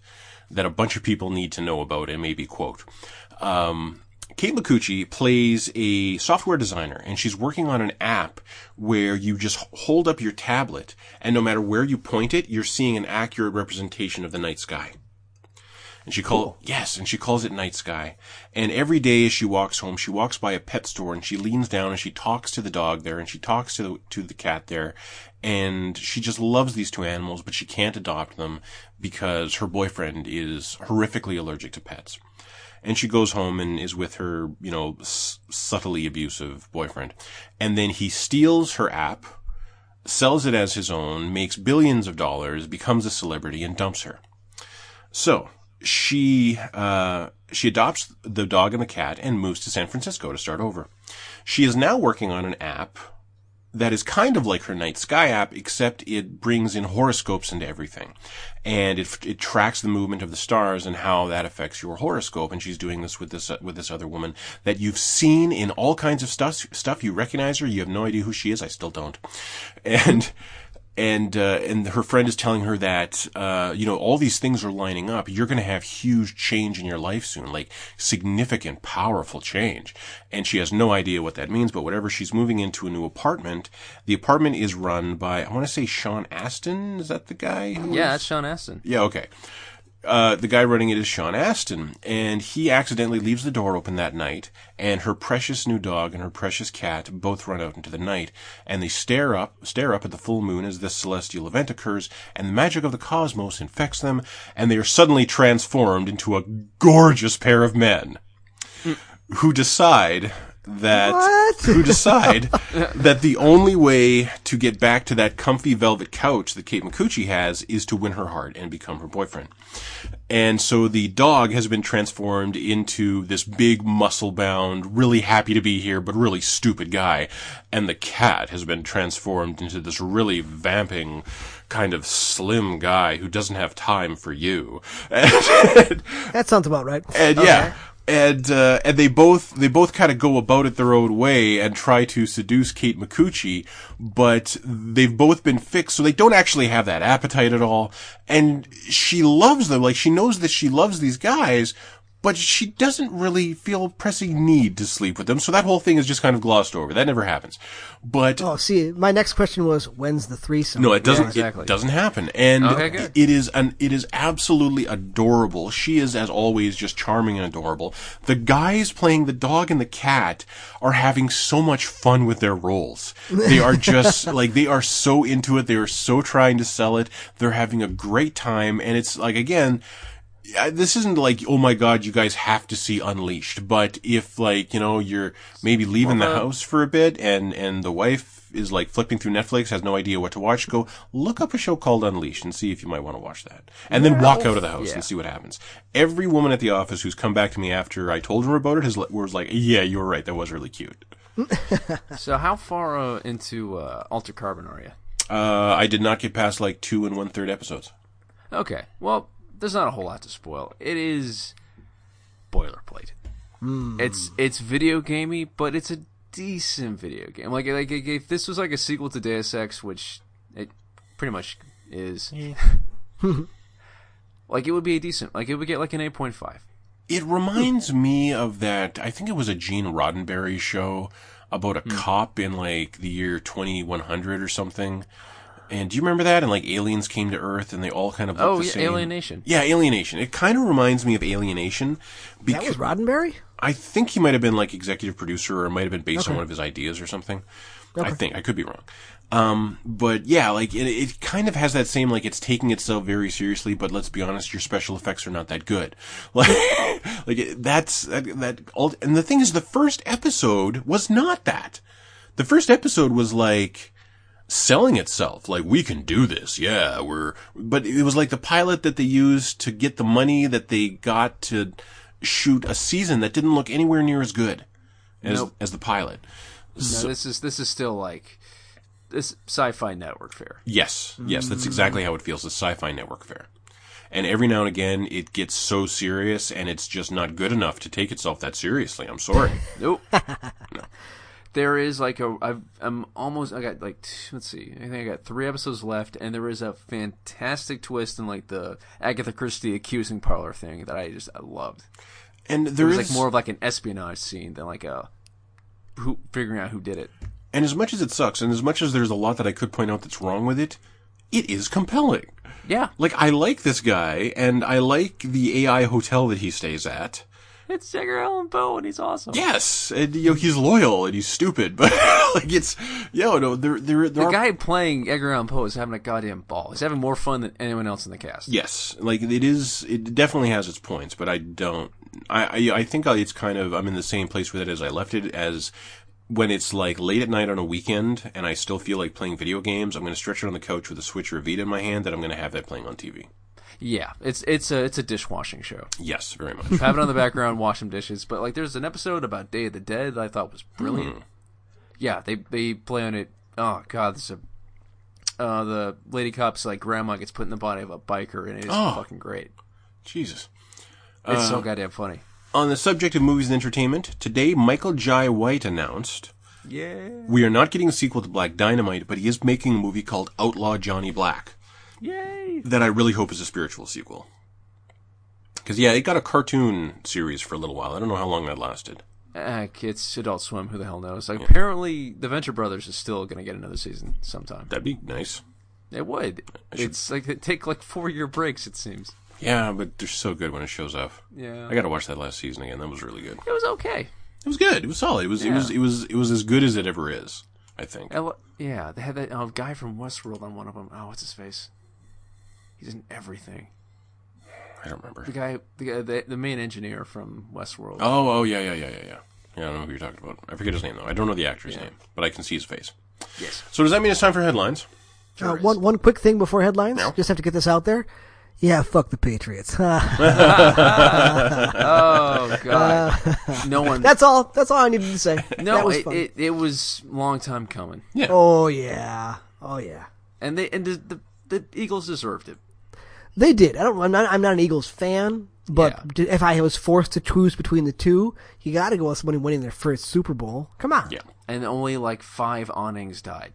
Speaker 3: that a bunch of people need to know about and maybe quote. Um, Kate Micucci plays a software designer and she's working on an app where you just hold up your tablet and no matter where you point it, you're seeing an accurate representation of the night sky. And she call yes, and she calls it night sky. And every day as she walks home, she walks by a pet store and she leans down and she talks to the dog there and she talks to the to the cat there, and she just loves these two animals, but she can't adopt them because her boyfriend is horrifically allergic to pets. And she goes home and is with her, you know, s- subtly abusive boyfriend, and then he steals her app, sells it as his own, makes billions of dollars, becomes a celebrity, and dumps her. So she uh, she adopts the dog and the cat and moves to San Francisco to start over. She is now working on an app that is kind of like her Night Sky app, except it brings in horoscopes into everything, and it it tracks the movement of the stars and how that affects your horoscope. And she's doing this with this with this other woman that you've seen in all kinds of stuff. Stuff you recognize her, you have no idea who she is. I still don't, and and uh, and her friend is telling her that uh, you know all these things are lining up. You're going to have huge change in your life soon, like significant, powerful change. And she has no idea what that means, but whatever. She's moving into a new apartment. The apartment is run by I want to say Sean Astin. Is that the guy? who
Speaker 2: Yeah, that's Sean Astin.
Speaker 3: yeah, okay. Uh, the guy running it is Sean Astin, and he accidentally leaves the door open that night, and her precious new dog and her precious cat both run out into the night, and they stare up, stare up at the full moon as this celestial event occurs, and the magic of the cosmos infects them, and they are suddenly transformed into a gorgeous pair of men, who decide that
Speaker 1: What?
Speaker 3: who decide that the only way to get back to that comfy velvet couch that Kate McCucci has is to win her heart and become her boyfriend. And so the dog has been transformed into this big muscle bound, really happy to be here, but really stupid guy. And the cat has been transformed into this really vamping, kind of slim guy who doesn't have time for you.
Speaker 1: That sounds about right.
Speaker 3: and yeah and uh, and they both they both kind of go about it their own way and try to seduce Kate Micucci, but they've both been fixed, so they don't actually have that appetite at all. And she loves them, like she knows that she loves these guys, but she doesn't really feel pressing need to sleep with them. So that whole thing is just kind of glossed over. That never happens. But
Speaker 1: Oh, see, my next question was when's the threesome?
Speaker 3: no, it doesn't.
Speaker 2: exactly.
Speaker 3: It doesn't happen. And
Speaker 2: Okay, good.
Speaker 3: it is an. It is absolutely adorable. She is, as always, just charming and adorable. The guys playing the dog and the cat are having so much fun with their roles. They are just like they are so into it. They are so trying to sell it. They're having a great time, and it's like again. I- this isn't like oh my god you guys have to see unleashed but if like you know you're maybe leaving the house for a bit and and the wife is like flipping through netflix has no idea what to watch go look up a show called unleashed and see if you might want to watch that and then walk out of the house and see what happens every woman at the office who's come back to me after i told her about it has li- was like yeah you were right that was really cute
Speaker 2: So how far uh, into uh, Alter Carbon are you?
Speaker 3: uh i did not get past like two and one third episodes
Speaker 2: Okay. Well, there's not a whole lot to spoil. It is boilerplate.
Speaker 3: Hmm.
Speaker 2: It's it's video gamey, but it's a decent video game. Like like if this was like a sequel to Deus Ex, which it pretty much is. like it would be a decent. Like it would get like an eight point five.
Speaker 3: It reminds me of that. I think it was a Gene Roddenberry show about a
Speaker 2: Hmm.
Speaker 3: cop in like the year 2100 or something. And do you remember that? And like aliens came to Earth and they all kind of looked
Speaker 2: Oh
Speaker 3: the
Speaker 2: yeah,
Speaker 3: same.
Speaker 2: Alienation.
Speaker 3: Yeah, alienation. It kind of reminds me of alienation
Speaker 1: That was
Speaker 3: because
Speaker 1: Roddenberry? Uh,
Speaker 3: I think he might have been like executive producer or it might have been based on one of his ideas or something. I think I could be wrong. Um, but yeah, like it, it kind of has that same like it's taking itself very seriously, but let's be honest, your special effects are not that good. Like, like it, that's that, that all. And the thing is, the first episode was not that. The first episode was like selling itself. Like, we can do this. Yeah, we're, but it was like the pilot that they used to get the money that they got to shoot a season that didn't look anywhere near as good as,
Speaker 2: Nope.
Speaker 3: as the pilot.
Speaker 2: No, this is this is still like this sci-fi network fair.
Speaker 3: Yes, yes, that's exactly how it feels. The sci-fi network fair, and every now and again it gets so serious, and it's just not good enough to take itself that seriously. I'm sorry.
Speaker 2: Nope. There is like a I've, I'm almost I got like t- let's see I think I got three episodes left and there is a fantastic twist in like the Agatha Christie accusing parlor thing that I just I loved.
Speaker 3: And there
Speaker 2: It was
Speaker 3: is
Speaker 2: like more of like an espionage scene than like a who figuring out who did it.
Speaker 3: and as much as it sucks, and as much as there's a lot that I could point out that's wrong with it, it is compelling.
Speaker 2: Yeah,
Speaker 3: Like I like this guy, and I like the AI hotel that he stays at.
Speaker 2: it's Edgar Allan Poe and he's awesome.
Speaker 3: Yes, and you know he's loyal and he's stupid, but like it's yo no there there there
Speaker 2: The
Speaker 3: are
Speaker 2: guy playing Edgar Allan Poe is having a goddamn ball. He's having more fun than anyone else in the cast.
Speaker 3: Yes, like it is. It definitely has its points, but I don't. I I, I think I- it's kind of I'm in the same place with it as I left it as when it's like late at night on a weekend and I still feel like playing video games. I'm going to stretch it on the couch with a Switch or a Vita in my hand, and I'm going to have that playing on TV.
Speaker 2: Yeah, it's it's a it's a dishwashing show.
Speaker 3: Yes, very much.
Speaker 2: Have it on the background, wash some dishes. But like, there's an episode about Day of the Dead that I thought was brilliant. Yeah, they they play on it. Oh god, this is a uh, the lady cop's like grandma gets put in the body of a biker, and it is fucking great.
Speaker 3: Jesus.
Speaker 2: It's so goddamn funny.
Speaker 3: On the subject of movies and entertainment, today Michael Jai White announced
Speaker 2: Yeah,
Speaker 3: we are not getting a sequel to Black Dynamite, but he is making a movie called Outlaw Johnny Black.
Speaker 2: yay!
Speaker 3: that I really hope is a spiritual sequel. Because yeah, it got a cartoon series for a little while. I don't know how long that lasted.
Speaker 2: Uh, it's Adult Swim. Who the hell knows? Like, apparently, the Venture Brothers is still gonna get another season sometime.
Speaker 3: That'd be nice.
Speaker 2: It would. It's like they take like four year breaks. It seems.
Speaker 3: Yeah, but they're so good when it shows up.
Speaker 2: Yeah,
Speaker 3: I got to watch that last season again. That was really good.
Speaker 2: it was okay.
Speaker 3: It was good. It was solid. It was it was it was it was as good as it ever is. I think.
Speaker 2: I lo- yeah, they had that uh, guy from Westworld on one of them. Oh, what's his face? He's in everything.
Speaker 3: I don't remember.
Speaker 2: The guy, the guy, the, the main engineer from Westworld.
Speaker 3: Oh, oh yeah, yeah, yeah, yeah, yeah. Yeah, I don't know who you're talking about. I forget his name though. I don't know the actor's name, but I can see his face.
Speaker 2: Yes.
Speaker 3: So does that mean it's time for headlines?
Speaker 1: Uh, one one quick thing before headlines. Just have to get this out there. Yeah, fuck the Patriots. Uh,
Speaker 2: Oh God. no one.
Speaker 1: that's all. That's all I needed to say.
Speaker 2: no,
Speaker 1: that was
Speaker 2: it,
Speaker 1: fun.
Speaker 2: it it was long time coming,
Speaker 3: Yeah.
Speaker 1: oh yeah. Oh yeah.
Speaker 2: and they and the the, the Eagles deserved it.
Speaker 1: They did. I don't. I'm not. I'm not an Eagles fan, but
Speaker 2: Yeah.
Speaker 1: d if I was forced to choose between the two, you got to go with somebody winning their first Super Bowl. Come on.
Speaker 3: Yeah.
Speaker 2: And only like five awnings died.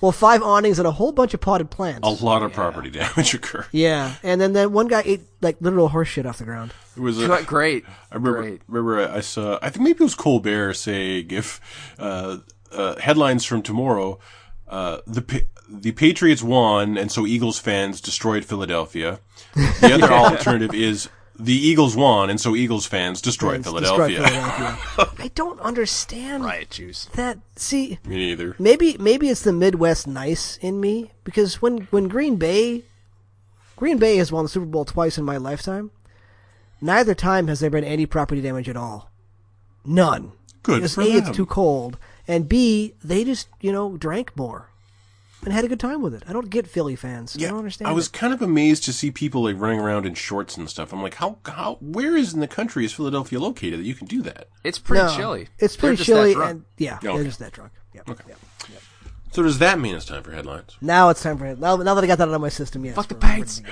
Speaker 1: Well, five awnings and a whole bunch of potted plants.
Speaker 3: A lot of property damage occurred.
Speaker 1: Yeah, and then that one guy ate like literal horse shit off the ground.
Speaker 3: It was a,
Speaker 2: But great.
Speaker 3: I remember,
Speaker 2: Great.
Speaker 3: remember I saw, I think maybe it was Colbert saying if, uh, uh, headlines from tomorrow, uh, the, Pa- the Patriots won and so Eagles fans destroyed Philadelphia. The other alternative is the Eagles won and so Eagles fans destroyed
Speaker 1: It's
Speaker 3: Philadelphia.
Speaker 1: destroyed Philadelphia. I don't understand
Speaker 2: Riot juice.
Speaker 1: that. See,
Speaker 3: Me neither.
Speaker 1: maybe maybe it's the Midwest nice in me because when when Green Bay, Green Bay has won the Super Bowl twice in my lifetime. Neither time has there been any property damage at all. None.
Speaker 3: Good
Speaker 1: Because
Speaker 3: for
Speaker 1: a,
Speaker 3: them.
Speaker 1: it's too cold, and b, they just you know drank more, and had a good time with it. I don't get Philly fans. I don't understand.
Speaker 3: I was
Speaker 1: it.
Speaker 3: kind of amazed to see people like running around in shorts and stuff. I'm like, how, how, where is in the country is Philadelphia located that you can do that?
Speaker 2: It's pretty
Speaker 1: No,
Speaker 2: chilly.
Speaker 1: It's
Speaker 2: They're
Speaker 1: pretty
Speaker 2: just that
Speaker 1: chilly,
Speaker 2: drunk.
Speaker 1: and yeah,
Speaker 3: okay.
Speaker 1: they're just that drunk. Yep, yep.
Speaker 3: So does that mean it's time for headlines?
Speaker 1: Now it's time for it. Now, now that I got that out of my system, yes.
Speaker 2: fuck the
Speaker 1: we're- we're-
Speaker 2: Pates.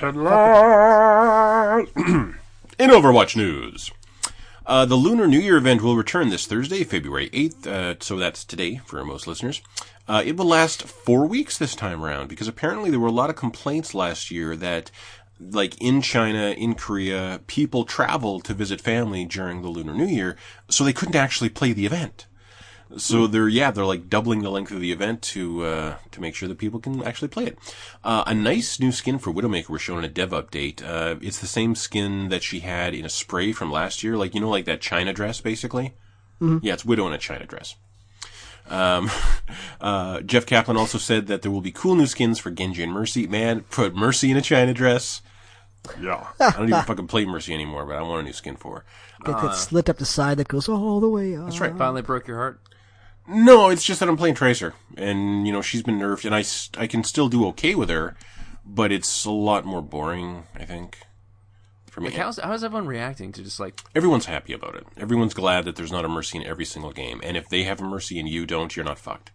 Speaker 3: In Overwatch news, uh, the Lunar New Year event will return this Thursday, February 8th, uh, so that's today for most listeners. Uh, it will last four weeks this time around because apparently there were a lot of complaints last year that, like in China, in Korea, people traveled to visit family during the Lunar New Year, so they couldn't actually play the event. So they're yeah they're like doubling the length of the event to uh, to make sure that people can actually play it. Uh, a nice new skin for Widowmaker was shown in a dev update. Uh, it's the same skin that she had in a spray from last year, like you know like that China dress basically. Yeah, it's Widow in a China dress. Um, uh, Jeff Kaplan also said that there will be cool new skins for Genji and Mercy. Man, put Mercy in a China dress. Yeah, I don't even fucking play Mercy anymore, but I want a new skin for her.
Speaker 1: Get that slit up the side that goes all the way up.
Speaker 3: Uh. That's right.
Speaker 2: Finally broke your heart.
Speaker 3: No, it's just that I'm playing Tracer, and you know she's been nerfed, and I s- I can still do okay with her, but it's a lot more boring. I think for me,
Speaker 2: Like, how's how's everyone reacting to just like
Speaker 3: everyone's happy about it. Everyone's glad that there's not a mercy in every single game, and if they have a mercy and you don't, you're not fucked.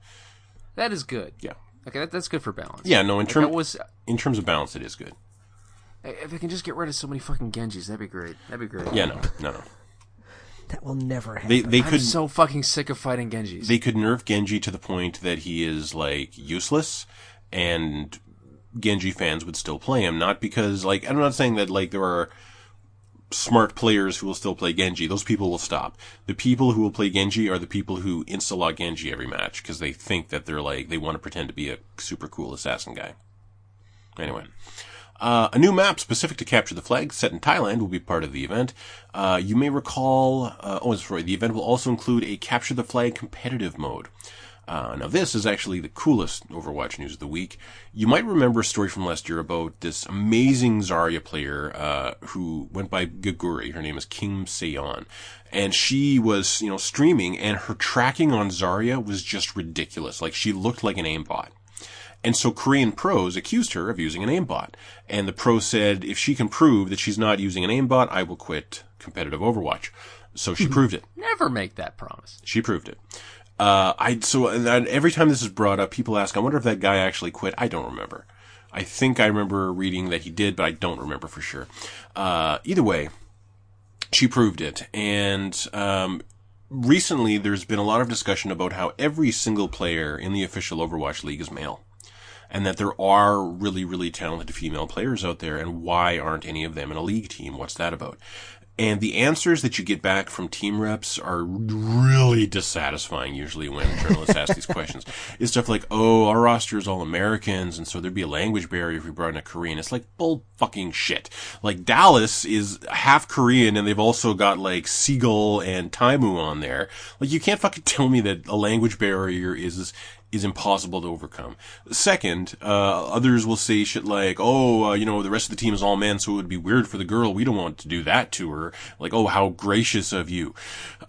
Speaker 2: that is good?
Speaker 3: Yeah,
Speaker 2: Okay, that, that's good for balance.
Speaker 3: yeah. No, in
Speaker 2: Like, that
Speaker 3: terms
Speaker 2: was
Speaker 3: in terms of balance, it is good.
Speaker 2: if they can just get rid of so many fucking Genjis, that'd be great. That'd be great.
Speaker 3: Yeah, no, no, no.
Speaker 1: That will never happen.
Speaker 3: They they
Speaker 2: I'm
Speaker 3: could
Speaker 2: so fucking sick of fighting Genjis.
Speaker 3: they could nerf Genji to the point that he is like useless and Genji fans would still play him not because like I'm not saying that like there are smart players who will still play Genji those people will stop the people who will play Genji are the people who insta log Genji every match cuz they think that they're like they want to pretend to be a super cool assassin guy anyway uh, a new map specific to Capture the Flag, set in Thailand, will be part of the event. Uh, you may recall, uh, oh, sorry, the event will also include a Capture the Flag competitive mode. Uh, now, this is actually the coolest Overwatch news of the week. You might remember a story from last year about this amazing Zarya player uh, who went by Gaguri. Her name is Kim Seon. And she was, you know, streaming, and her tracking on Zarya was just ridiculous. Like, she looked like an aimbot. And so Korean pros accused her of using an aimbot. And the pro said, if she can prove that she's not using an aimbot, I will quit competitive Overwatch. So she proved it.
Speaker 2: Never make that promise.
Speaker 3: She proved it. Uh, I, so and then every time this is brought up, people ask, I wonder if that guy actually quit. I don't remember. I think I remember reading that he did, but I don't remember for sure. Uh, either way, she proved it. And, um, recently there's been a lot of discussion about how every single player in the official Overwatch League is male and that there are really, really talented female players out there, and why aren't any of them in a league team? What's that about? And the answers that you get back from team reps are really dissatisfying usually when journalists ask these questions. It's stuff like, oh, our roster is all Americans, and so there'd be a language barrier if we brought in a Korean. It's like bull fucking shit. Like Dallas is half Korean, and they've also got like Siegel and Taimu on there. Like you can't fucking tell me that a language barrier is is impossible to overcome. Second, uh, others will say shit like, oh, uh, you know, the rest of the team is all men, so it would be weird for the girl. We don't want to do that to her. Like, oh, how gracious of you.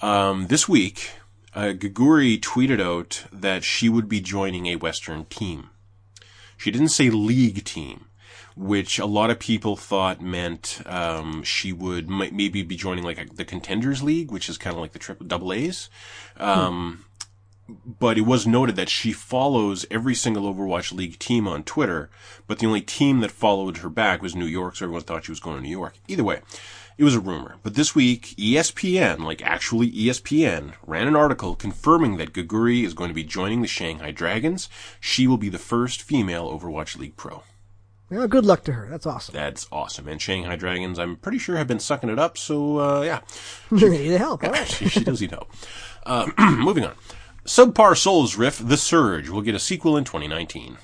Speaker 3: Um, this week, uh, Gaguri tweeted out that she would be joining a Western team. She didn't say league team, which a lot of people thought meant um, she would might maybe be joining like a, the Contenders League, which is kind of like the triple double A's but it was noted that she follows every single Overwatch League team on Twitter, but the only team that followed her back was New York, so everyone thought she was going to New York. Either way, it was a rumor. But this week, E ESPN, like actually E ESPN, ran an article confirming that Gaguri is going to be joining the Shanghai Dragons. She will be the first female Overwatch League pro.
Speaker 1: Well, good luck to her. That's awesome.
Speaker 3: That's awesome. And Shanghai Dragons, I'm pretty sure, have been sucking it up, so uh, yeah.
Speaker 1: they need help. All right.
Speaker 3: she, she does need help. Uh, moving on. Subpar Souls Riff, The Surge, will get a sequel in 2019.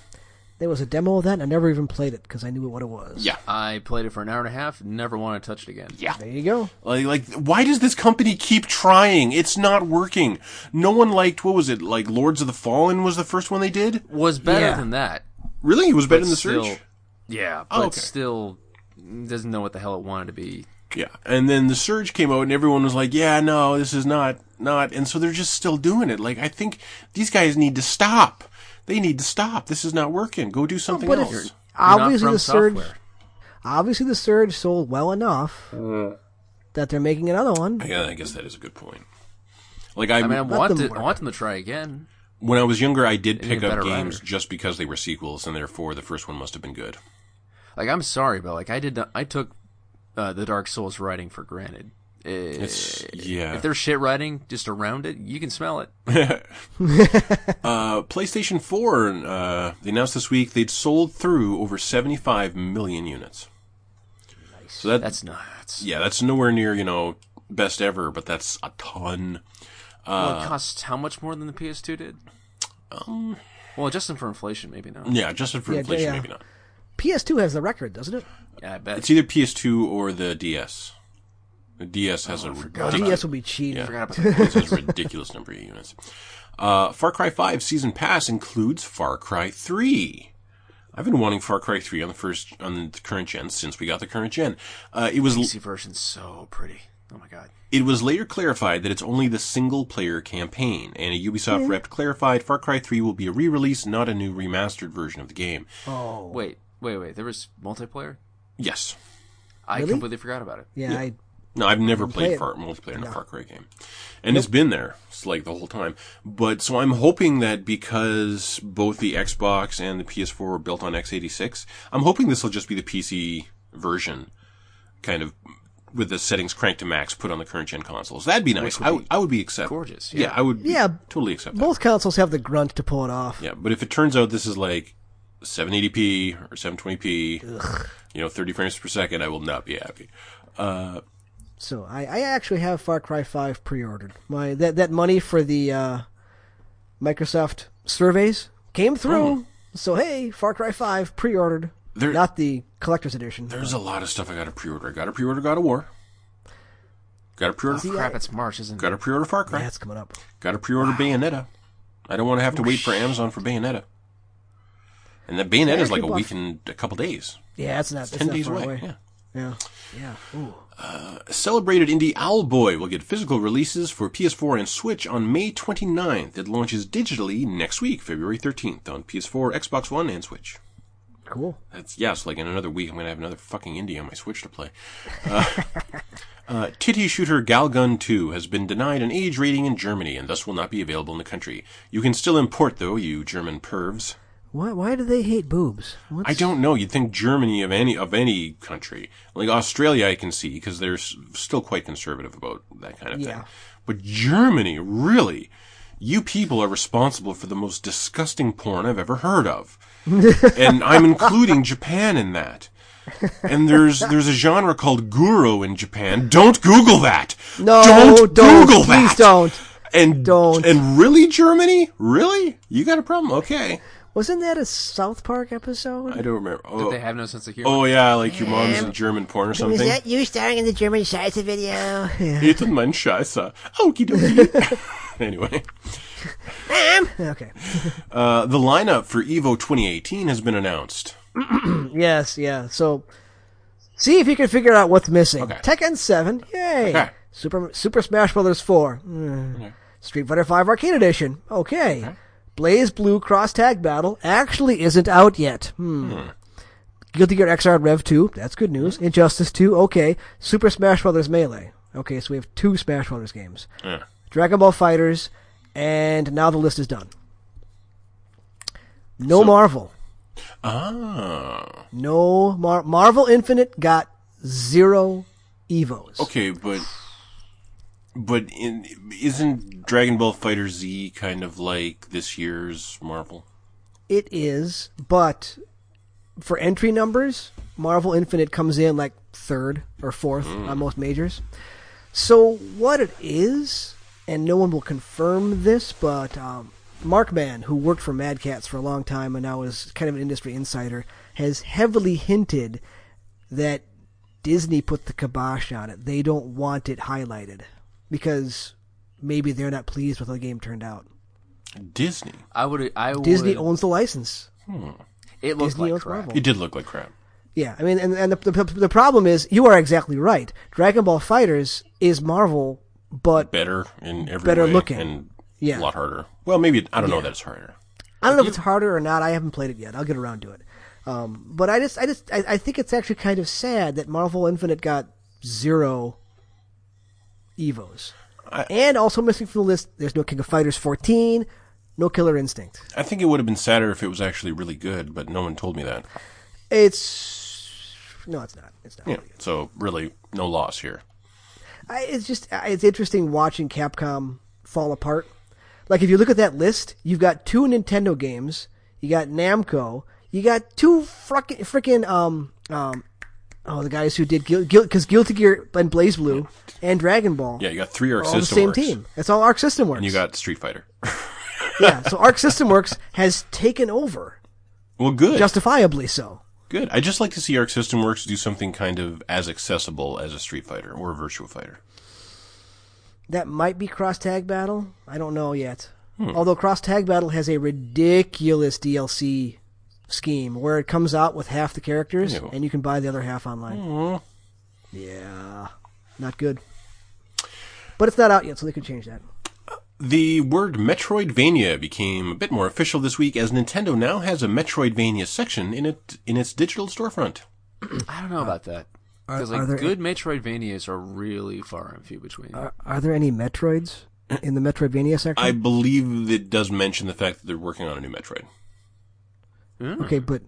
Speaker 1: There was a demo of that, and I never even played it because I knew what it was.
Speaker 3: Yeah.
Speaker 2: I played it for an hour and a half. Never want to touch it again.
Speaker 3: Yeah.
Speaker 1: There you go.
Speaker 3: Like, like, why does this company keep trying? It's not working. No one liked, what was it, like Lords of the Fallen was the first one they did?
Speaker 2: Was better
Speaker 1: Yeah.
Speaker 2: than that.
Speaker 3: Really? It was better than The
Speaker 2: still-
Speaker 3: Surge?
Speaker 2: Yeah, but
Speaker 3: Oh, okay.
Speaker 2: still doesn't know what the hell it wanted to be.
Speaker 3: Yeah. And then The Surge came out and everyone was like, yeah, no, this is not, not. And so they're just still doing it. Like, I think these guys need to stop. They need to stop. This is not working. Go do something
Speaker 1: but if
Speaker 3: else.
Speaker 1: you're-
Speaker 2: You're not
Speaker 1: Obviously,
Speaker 2: from
Speaker 1: the surge.
Speaker 2: software.
Speaker 1: Obviously, the surge sold well enough
Speaker 3: Mm.
Speaker 1: that they're making another one.
Speaker 3: Yeah, I guess that is a good point. Like I,
Speaker 2: I mean, I want
Speaker 1: them
Speaker 2: to, I
Speaker 1: work.
Speaker 2: want them to try again.
Speaker 3: when I was younger, I did pick
Speaker 2: need a
Speaker 3: up
Speaker 2: better
Speaker 3: games
Speaker 2: writer.
Speaker 3: just because they were sequels, and therefore the first one must have been good.
Speaker 2: Like, I'm sorry, but like, I did, not, I took uh, the Dark Souls writing for granted. Eh,
Speaker 3: It's yeah.
Speaker 2: If there's shit writing just around it, you can smell it.
Speaker 3: Uh, PlayStation Four. Uh, they announced this week they'd sold through over seventy-five million units. So that,
Speaker 2: That's nuts.
Speaker 3: yeah, that's nowhere near you know best ever, but that's a ton.
Speaker 1: Uh,
Speaker 2: well, it costs how much more than the PS2 did?
Speaker 3: Um,
Speaker 2: Well, adjusting for inflation, maybe not.
Speaker 1: Mm.
Speaker 3: yeah, adjusted for
Speaker 1: Yeah,
Speaker 3: inflation,
Speaker 1: yeah.
Speaker 3: maybe not.
Speaker 1: PS2 has the record, doesn't it?
Speaker 2: Yeah, I bet.
Speaker 3: It's either PS2 or the DS. The DS
Speaker 2: Oh,
Speaker 3: has a ridiculous-
Speaker 1: DS will be cheating.
Speaker 2: I forgot about that.
Speaker 3: It says ridiculous number of units. Uh, Far Cry 5 Season Pass includes Far Cry 3. I've been wanting Far Cry 3 on the first, on the current gen since we got the current gen. Uh, it was,
Speaker 2: PC version's so pretty. Oh my god.
Speaker 3: It was later clarified that it's only the single player campaign, and a Ubisoft
Speaker 1: Hmm.
Speaker 3: rep clarified Far Cry 3 will be a re release, not a new remastered version of the game.
Speaker 1: Oh,
Speaker 2: Wait, wait, wait. There was multiplayer.
Speaker 3: Yes.
Speaker 2: I
Speaker 1: Really?
Speaker 2: completely forgot about it.
Speaker 1: yeah. I,
Speaker 3: No, I've never played
Speaker 1: play it.
Speaker 3: far, multiplayer in a Far Cry game, and it's been there it's like the whole time. But so I'm hoping that because both the Xbox and the PS4 were built on x86, I'm hoping this will just be the PC version, kind of with the settings cranked to max, put on the current gen consoles. That'd be nice. I would- I would be accept.
Speaker 2: gorgeous,
Speaker 3: Yeah,
Speaker 2: yeah.
Speaker 3: I would.
Speaker 1: Yeah,
Speaker 3: Yeah, totally accept that.
Speaker 1: both consoles have the grunt to pull it off.
Speaker 3: Yeah, but if it turns out this is like 780p or 720p, you know, 30 frames per second, I will not be happy.
Speaker 1: So I, I actually have Far Cry Five pre-ordered. My that that money for the uh, Microsoft surveys came through.
Speaker 3: Oh.
Speaker 1: So hey, Far Cry Five pre-ordered.
Speaker 3: There-
Speaker 1: Not the collector's edition.
Speaker 3: There's a lot of stuff I got to pre-order. I got to pre-order God of War. Got to pre-order.
Speaker 2: Crap, it's March, isn't
Speaker 3: got
Speaker 2: it?
Speaker 3: to pre-order Far Cry.
Speaker 1: That's coming up.
Speaker 3: Got to pre-order Bayonetta. I don't want to have to wait for Amazon for Bayonetta. And that Bayonetta is like a
Speaker 1: people are-
Speaker 3: week and a couple days,
Speaker 1: Yeah, it's not. It's
Speaker 3: ten
Speaker 1: not
Speaker 3: days
Speaker 1: far
Speaker 3: away.
Speaker 1: away.
Speaker 3: Yeah.
Speaker 1: Yeah, yeah. Ooh.
Speaker 3: Celebrated indie Owlboy will get physical releases for PS4 and Switch on May 29th. It launches digitally next week, February 13th, on PS4, Xbox One, and Switch.
Speaker 1: Cool.
Speaker 3: That's yes. like in another week, I'm gonna have another fucking indie on my Switch to play. Uh, uh, Titty Shooter Galgun 2 has been denied an age rating in Germany and thus will not be available in the country. You can still import though, you German pervs.
Speaker 1: Why why do they hate boobs? What's,
Speaker 3: I don't know. You'd think Germany of any of any country, like Australia, I can see because they're s- still quite conservative about that kind of
Speaker 1: Yeah.
Speaker 3: thing. But Germany, really, you people are responsible for the most disgusting porn I've ever heard of, and I'm including Japan in that. And there's there's a genre called guru in Japan. Don't Google that.
Speaker 1: No,
Speaker 3: don't,
Speaker 1: don't.
Speaker 3: Google
Speaker 1: Please
Speaker 3: that.
Speaker 1: don't.
Speaker 3: And
Speaker 1: Don't.
Speaker 3: And really, Germany? Really? You got a problem? Okay.
Speaker 1: Wasn't that a South Park episode?
Speaker 3: I don't remember. Oh.
Speaker 2: They have no sense of humor.
Speaker 3: Oh yeah, like your mom's in German porn or something.
Speaker 1: you starring in the German Scheiße video? Yeah.
Speaker 3: It's mein Scheiße. Okie dokie. anyway,
Speaker 1: okay.
Speaker 3: uh, the lineup for Evo 2018 has been announced.
Speaker 1: Mm, Yes, yeah. So, see if you can figure out what's missing.
Speaker 3: Okay.
Speaker 1: Tekken 7, yay.
Speaker 3: Okay.
Speaker 1: Super Super Smash Brothers 4. mm. Street Fighter 5 Arcade Edition. Okay. Blaze Blue Cross Tag Battle actually isn't out yet. Hmm. Guilty Gear XR Rev 2, that's good news.
Speaker 3: Hmm.
Speaker 1: Injustice 2, okay. Super Smash Brothers Melee. Okay, so we have two Smash Brothers games.
Speaker 3: Yeah.
Speaker 1: Dragon Ball Fighters, and now the list is done. No Marvel.
Speaker 3: Ah,
Speaker 1: No, Mar- Marvel Infinite got zero Evos.
Speaker 3: okay, but but in, isn't Dragon Ball Fighter Z kind of like this year's Marvel?
Speaker 1: It is, but for entry numbers, Marvel Infinite comes in like third or fourth
Speaker 2: Mm.
Speaker 1: on most majors. So what it is, and no one will confirm this, but um, Mark Mann, who worked for Mad Cats for a long time and now is kind of an industry insider, has heavily hinted that Disney put the kibosh on it. They don't want it highlighted because maybe they're not pleased with how the game turned out.
Speaker 3: Disney.
Speaker 2: I would. I would.
Speaker 1: Disney owns the license.
Speaker 2: it looks
Speaker 1: Disney
Speaker 2: like
Speaker 1: owns
Speaker 2: crap.
Speaker 1: Marvel.
Speaker 3: It did look like crap.
Speaker 1: Yeah, I mean, and, and the, the the problem is, you are exactly right. Dragon Ball Fighters is Marvel, but
Speaker 3: Better in every
Speaker 1: Better
Speaker 3: way
Speaker 1: looking.
Speaker 3: and
Speaker 1: Yeah.
Speaker 3: a lot harder. Well, maybe I don't know that it's harder.
Speaker 1: I don't know if it's harder or not. I haven't played it yet. I'll get around to it. Um, but I just, I just, I, I think it's actually kind of sad that Marvel Infinite got zero Evos,
Speaker 3: I-
Speaker 1: and also missing from the list. There's no King of Fighters 14, no Killer Instinct.
Speaker 3: I think it would have been sadder if it was actually really good, but no one told me that.
Speaker 1: It's no, it's not. It's not.
Speaker 3: Yeah. So really, no loss here.
Speaker 1: I, it's just I- it's interesting watching Capcom fall apart. Like if you look at that list, you've got two Nintendo games, you got Namco, you got two frickin' frickin' um um oh the guys who did because Guilty Gear and Blaze Blue and Dragon Ball
Speaker 3: Yeah, you got three
Speaker 1: are
Speaker 3: arc
Speaker 1: all the
Speaker 3: system
Speaker 1: same
Speaker 3: works.
Speaker 1: team. That's all Arc System Works.
Speaker 3: You got Street Fighter.
Speaker 1: yeah. So Arc System Works has taken over,
Speaker 3: Well, good,
Speaker 1: justifiably so.
Speaker 3: good. I just like to see Arc System Works do something kind of as accessible as a Street Fighter or a Virtua Fighter.
Speaker 1: That might be Cross Tag Battle. I don't know yet. Although Cross Tag Battle has a ridiculous DLC scheme where it comes out with half the characters
Speaker 3: Ew.
Speaker 1: and you can buy the other half online. Yeah. Not good. But it's not out yet, so they could change that.
Speaker 3: The word Metroidvania became a bit more official this week as Nintendo now has a Metroidvania section in it in its digital storefront.
Speaker 2: I don't know about that.
Speaker 1: are-
Speaker 2: Because
Speaker 1: are
Speaker 2: like
Speaker 1: there Uh,
Speaker 2: good Metroidvanias are really far and few between.
Speaker 1: Are, are there any Metroids in the Metroidvania section?
Speaker 3: I believe it does mention the fact that they're working on a new Metroid.
Speaker 2: Mm.
Speaker 1: okay, but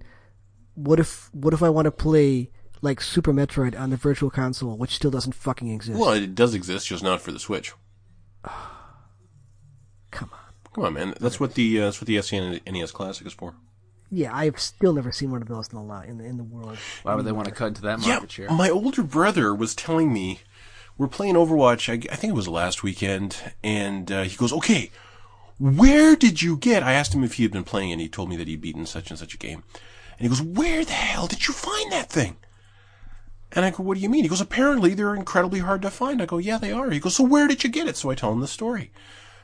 Speaker 1: what if what if I want to play like Super Metroid on the Virtual Console, which still doesn't fucking exist?
Speaker 3: Well, it does exist, just not for the Switch.
Speaker 1: Come on.
Speaker 3: Come on, man. That's what the uh, that's what the SNES Classic is for.
Speaker 1: Yeah, I've still never seen one of those in the lot in the, in the world.
Speaker 2: Why would they want to cut into that
Speaker 3: Yeah,
Speaker 2: market share?
Speaker 1: Mm.
Speaker 3: my older brother was telling me we're playing Overwatch. I, I think it was last weekend, and uh, he goes, "Okay, where did you get?" I asked him if he had been playing, and he told me that he'd beaten such and such a game. And he goes, "Where the hell did you find that thing?" And I go, "What do you mean?" He goes, "Apparently they're incredibly hard to find." I go, "Yeah, they are." He goes, "So where did you get it?" So I tell him the story,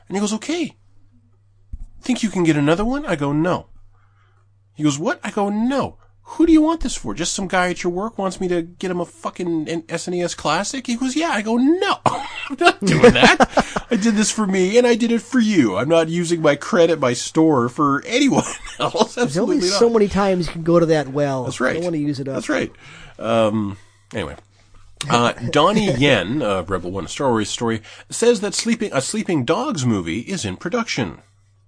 Speaker 3: and he goes, "Okay." Think you can get another one? I go, "No." He goes, What? I go, No. Who do you want this for? Just some guy at your work wants me to get him a fucking N- SNES classic? He goes, Yeah. I go, No. I'm not doing that. I did this for me and I did it for you. I'm not using my credit, my store for anyone else.
Speaker 1: There's only
Speaker 3: Absolutely not.
Speaker 1: so many times you can go to that well.
Speaker 3: That's right.
Speaker 1: I don't want to use it up.
Speaker 3: That's right. Um, anyway. Uh, Donnie Yen, uh, Rebel One Star Wars story, says that sleeping a sleeping dogs movie is in production.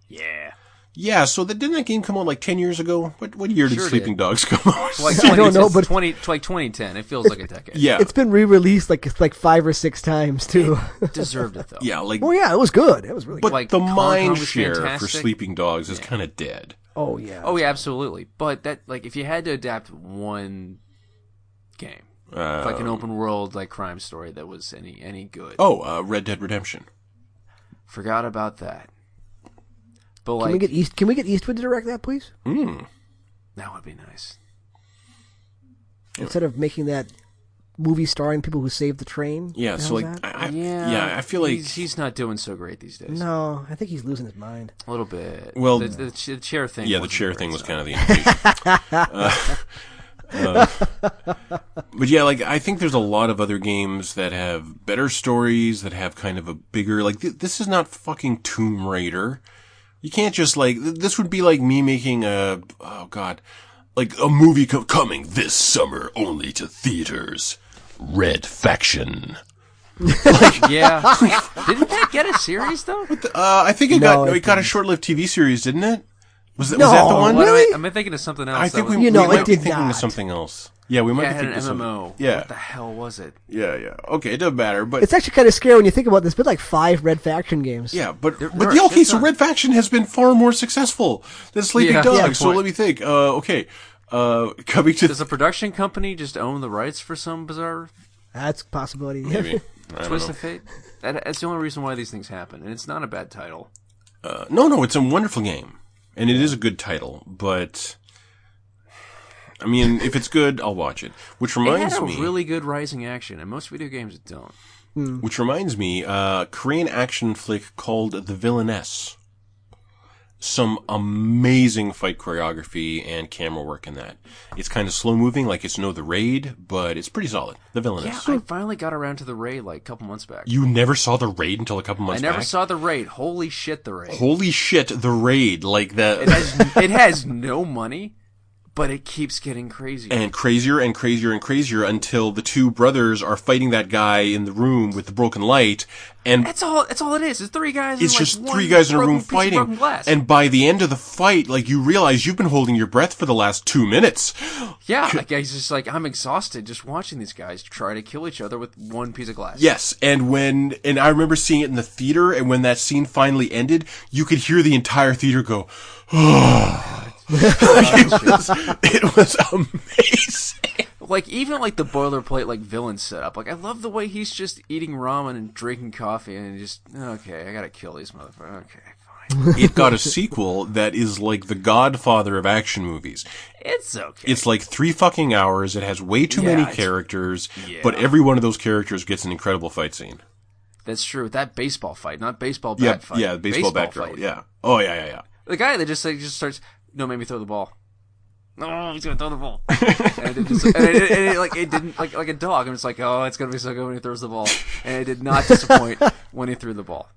Speaker 2: Yeah.
Speaker 3: Yeah, so that, didn't that game come out like ten years ago? What what year did
Speaker 2: Sure
Speaker 3: Sleeping
Speaker 2: did.
Speaker 3: Dogs come out?
Speaker 2: Like
Speaker 1: I don't
Speaker 2: 20
Speaker 1: know, but-
Speaker 2: 20 like 2010. It feels like a decade.
Speaker 3: yeah,
Speaker 1: It's been re-released like it's like five or six times too.
Speaker 2: Deserved it though.
Speaker 3: Yeah, like
Speaker 1: oh yeah, it was good. It was really
Speaker 3: but
Speaker 1: good.
Speaker 2: like
Speaker 3: the
Speaker 2: Hong Kong
Speaker 3: mind
Speaker 2: was
Speaker 3: share for
Speaker 2: fantastic.
Speaker 3: sleeping dogs is kind of dead.
Speaker 1: Oh yeah.
Speaker 2: Oh yeah, absolutely. But that like if you had to adapt one game,
Speaker 3: Uh,
Speaker 2: like an open world like crime story that was any any good.
Speaker 3: Um, Oh, uh, Red Dead Redemption.
Speaker 2: Forgot about that. But
Speaker 1: Can
Speaker 2: like
Speaker 1: we get East? Can we get Eastwood to direct that, please?
Speaker 3: Mm.
Speaker 2: that would be nice.
Speaker 1: Instead of making that movie starring people who saved the train.
Speaker 3: Yeah,
Speaker 1: The
Speaker 3: so
Speaker 1: hell's
Speaker 3: like
Speaker 1: that?
Speaker 3: I, I, yeah. I feel like
Speaker 2: he's, he's not doing so great these days.
Speaker 1: no, I think he's losing his mind.
Speaker 2: A little bit.
Speaker 3: Well,
Speaker 2: the, the, ch- the chair thing.
Speaker 3: yeah, the
Speaker 2: wasn't
Speaker 3: chair
Speaker 2: great,
Speaker 3: thing was
Speaker 2: so.
Speaker 3: kind of the innovation. Uh, uh, but yeah, like I think there's a lot of other games that have better stories that have kind of a bigger like th- this is not fucking Tomb Raider. You can't just like th- this would be like me making a oh god, like a movie co- coming this summer only to theaters. Red Faction.
Speaker 2: yeah. Didn't that get a series though?
Speaker 3: Uh, I think it
Speaker 1: No,
Speaker 3: got
Speaker 1: it
Speaker 3: it got a short-lived TV series, didn't it? Was that,
Speaker 1: No,
Speaker 3: was that the one?
Speaker 2: What am
Speaker 1: Really?
Speaker 2: I, am I thinking of something else?
Speaker 3: I
Speaker 2: that
Speaker 3: think
Speaker 2: was-
Speaker 3: we,
Speaker 1: You know,
Speaker 3: we
Speaker 1: it
Speaker 3: might be
Speaker 1: did
Speaker 3: thinking
Speaker 1: not.
Speaker 3: of something else. Yeah, we might
Speaker 2: yeah, it had
Speaker 3: be
Speaker 2: an
Speaker 3: thinking of something.
Speaker 2: MMO.
Speaker 3: Yeah,
Speaker 2: What the hell was it?
Speaker 3: yeah, yeah. Okay, it doesn't matter. But
Speaker 1: It's actually kind of scary when you think about this. It's been like five Red Faction games.
Speaker 3: yeah, but
Speaker 2: There-
Speaker 3: but
Speaker 2: there are-
Speaker 3: okay. So
Speaker 2: it's not-
Speaker 3: Red Faction has been far more successful than Sleeping
Speaker 2: Yeah,
Speaker 3: Dogs.
Speaker 2: yeah, good
Speaker 3: so
Speaker 2: point.
Speaker 3: let me think. Uh, okay, uh, coming to
Speaker 2: Does a production company just own the rights for some bizarre
Speaker 1: that's a possibility.
Speaker 3: maybe. I don't
Speaker 2: twist
Speaker 3: know.
Speaker 2: of fate? That, that's the only reason why these things happen, and it's not a bad title.
Speaker 3: Uh, no, no, it's a wonderful game, and it is a good title. But I mean, if it's good, I'll watch it. Which
Speaker 2: It
Speaker 3: reminds
Speaker 2: had a
Speaker 3: me,
Speaker 2: really good rising action, and most video games don't.
Speaker 3: Which reminds me, uh, Korean action flick called The Villainess. Some amazing fight choreography and camera work in that. It's kind of slow moving, like it's no The Raid, but it's pretty solid. The
Speaker 2: Yeah,
Speaker 3: Villainess.
Speaker 2: I finally got around to the raid like a couple months back.
Speaker 3: You never saw The Raid until a couple
Speaker 2: I
Speaker 3: months
Speaker 2: never
Speaker 3: back?
Speaker 2: saw the raid. Holy shit, the raid!
Speaker 3: Holy shit, The Raid, like
Speaker 2: It
Speaker 3: that.
Speaker 2: has it has no money, but it keeps getting crazy.
Speaker 3: And crazier and crazier and crazier until the two brothers are fighting that guy in the room with the broken light, and
Speaker 2: That's all. That's all it is. It's three guys.
Speaker 3: It's
Speaker 2: in,
Speaker 3: just
Speaker 2: like,
Speaker 3: three
Speaker 2: one
Speaker 3: guys in a
Speaker 2: broken
Speaker 3: room
Speaker 2: piece of broken
Speaker 3: fighting.
Speaker 2: glass.
Speaker 3: And by the end of the fight, like you realize you've been holding your breath for the last two minutes.
Speaker 2: yeah, like, he's just like I'm exhausted just watching these guys try to kill each other with one piece of glass.
Speaker 3: Yes. And when, and I remember seeing it in the theater. And when that scene finally ended, you could hear the entire theater go, it, was, it was amazing.
Speaker 2: Like even like the boilerplate like villain setup. Like I love the way he's just eating ramen and drinking coffee and just okay, I gotta kill these motherfuckers. Okay, fine.
Speaker 3: It got a sequel that is like the godfather of action movies.
Speaker 2: it's okay.
Speaker 3: It's like three fucking hours. It has way too many
Speaker 2: it's-
Speaker 3: characters,
Speaker 2: Yeah.
Speaker 3: but every one of those characters gets an incredible fight scene.
Speaker 2: That's true. That baseball fight, not baseball bat
Speaker 3: Yeah,
Speaker 2: fight.
Speaker 3: yeah, baseball, bat girl.
Speaker 2: fight.
Speaker 3: Yeah. Oh yeah, yeah, yeah.
Speaker 2: The guy that just like just starts no, made me throw the ball. No, he's gonna throw the ball. and, it just, and, it, and it, like it didn't like like a dog. I'm just like, oh, it's gonna be so good when he throws the ball, and it did not disappoint when he threw the ball.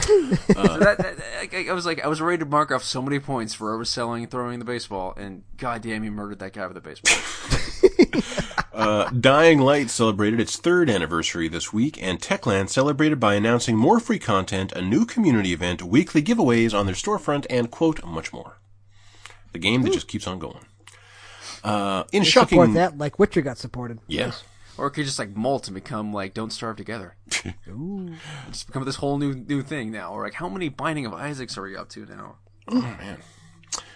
Speaker 2: So that- that- I, I was like, I was ready to mark off so many points for overselling throwing the baseball, and goddamn, he murdered that guy with the baseball.
Speaker 3: Uh, Dying Light celebrated its third anniversary this week, and Techland celebrated by announcing more free content, a new community event, weekly giveaways on their storefront, and quote much more. The game that just keeps on going. Uh, in shocking,
Speaker 1: Support that, like Witcher got supported.
Speaker 3: yeah,
Speaker 2: Or it could just like molt and become like don't starve together. Just become this whole new new thing now. Or like how many Binding of Isaacs are we up to now?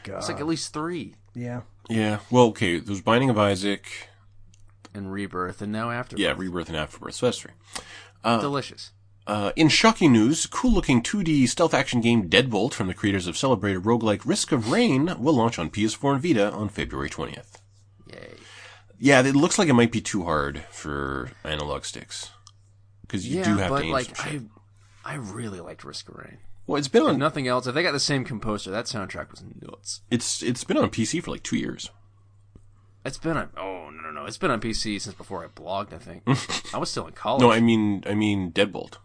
Speaker 2: It's like at least three.
Speaker 1: Yeah.
Speaker 3: yeah. Well, okay. There's Binding of Isaac,
Speaker 2: And rebirth and now after
Speaker 3: yeah, Rebirth and Afterbirth. So that's three.
Speaker 2: delicious.
Speaker 3: Uh, in shocking news, cool-looking 2D stealth action game Deadbolt from the creators of celebrated roguelike Risk of Rain will launch on PS4 and Vita on February 20th.
Speaker 2: Yay.
Speaker 3: Yeah, it looks like it might be too hard for analog sticks because you
Speaker 2: yeah,
Speaker 3: do have
Speaker 2: but
Speaker 3: to aim
Speaker 2: like
Speaker 3: some shit.
Speaker 2: I I really liked Risk of Rain.
Speaker 3: Well, it's been
Speaker 2: If
Speaker 3: on
Speaker 2: nothing else, if they got the same composer, that soundtrack was nuts.
Speaker 3: it's it's been on PC for like two years.
Speaker 2: It's been on oh no no no. It's been on PC since before I blogged, I think. I was still in college.
Speaker 3: No, I mean I mean Deadbolt.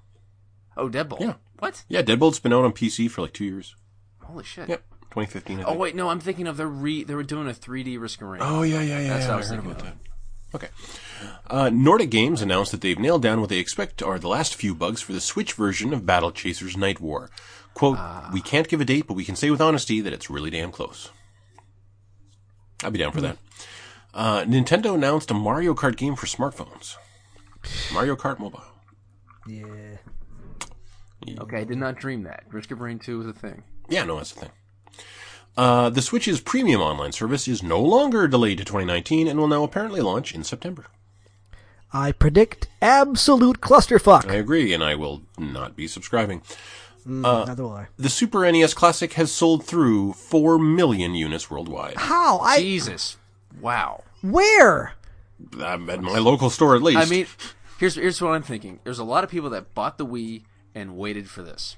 Speaker 2: oh Deadbolt.
Speaker 3: Yeah.
Speaker 2: What?
Speaker 3: Yeah, Deadbolt's been out on PC for like two years.
Speaker 2: Holy shit.
Speaker 3: Yep, 2015. I
Speaker 2: Uh, Oh
Speaker 3: think.
Speaker 2: wait, no, I'm thinking of the re they were doing a three D Risk of Rain.
Speaker 3: Oh yeah, yeah,
Speaker 2: That's
Speaker 3: yeah. yeah,
Speaker 2: what I was
Speaker 3: heard
Speaker 2: thinking
Speaker 3: that. Okay. Uh, Nordic Games announced that they've nailed down what they expect are the last few bugs for the Switch version of Battle Chasers Night War. Quote, we can't give a date, but we can say with honesty that it's really damn close. I'd be down for that. Uh, Nintendo announced a Mario Kart game for smartphones. Mario Kart Mobile.
Speaker 1: Yeah.
Speaker 2: Okay, I did not dream that. Risk of Rain 2 was a thing.
Speaker 3: Yeah, no, that's the thing. Uh, the Switch's premium online service is no longer delayed to 2019 and will now apparently launch in September.
Speaker 1: I predict absolute
Speaker 3: I
Speaker 1: clusterfuck.
Speaker 3: agree, and I will not be subscribing. Uh,
Speaker 1: Neither will I.
Speaker 3: The Super NES Classic has sold through 4 million units worldwide.
Speaker 1: How? I
Speaker 2: Jesus. Wow.
Speaker 1: where?
Speaker 3: Um, At my local store, at least.
Speaker 2: I mean, here's here's what I'm thinking. There's a lot of people that bought the Wii and waited for this.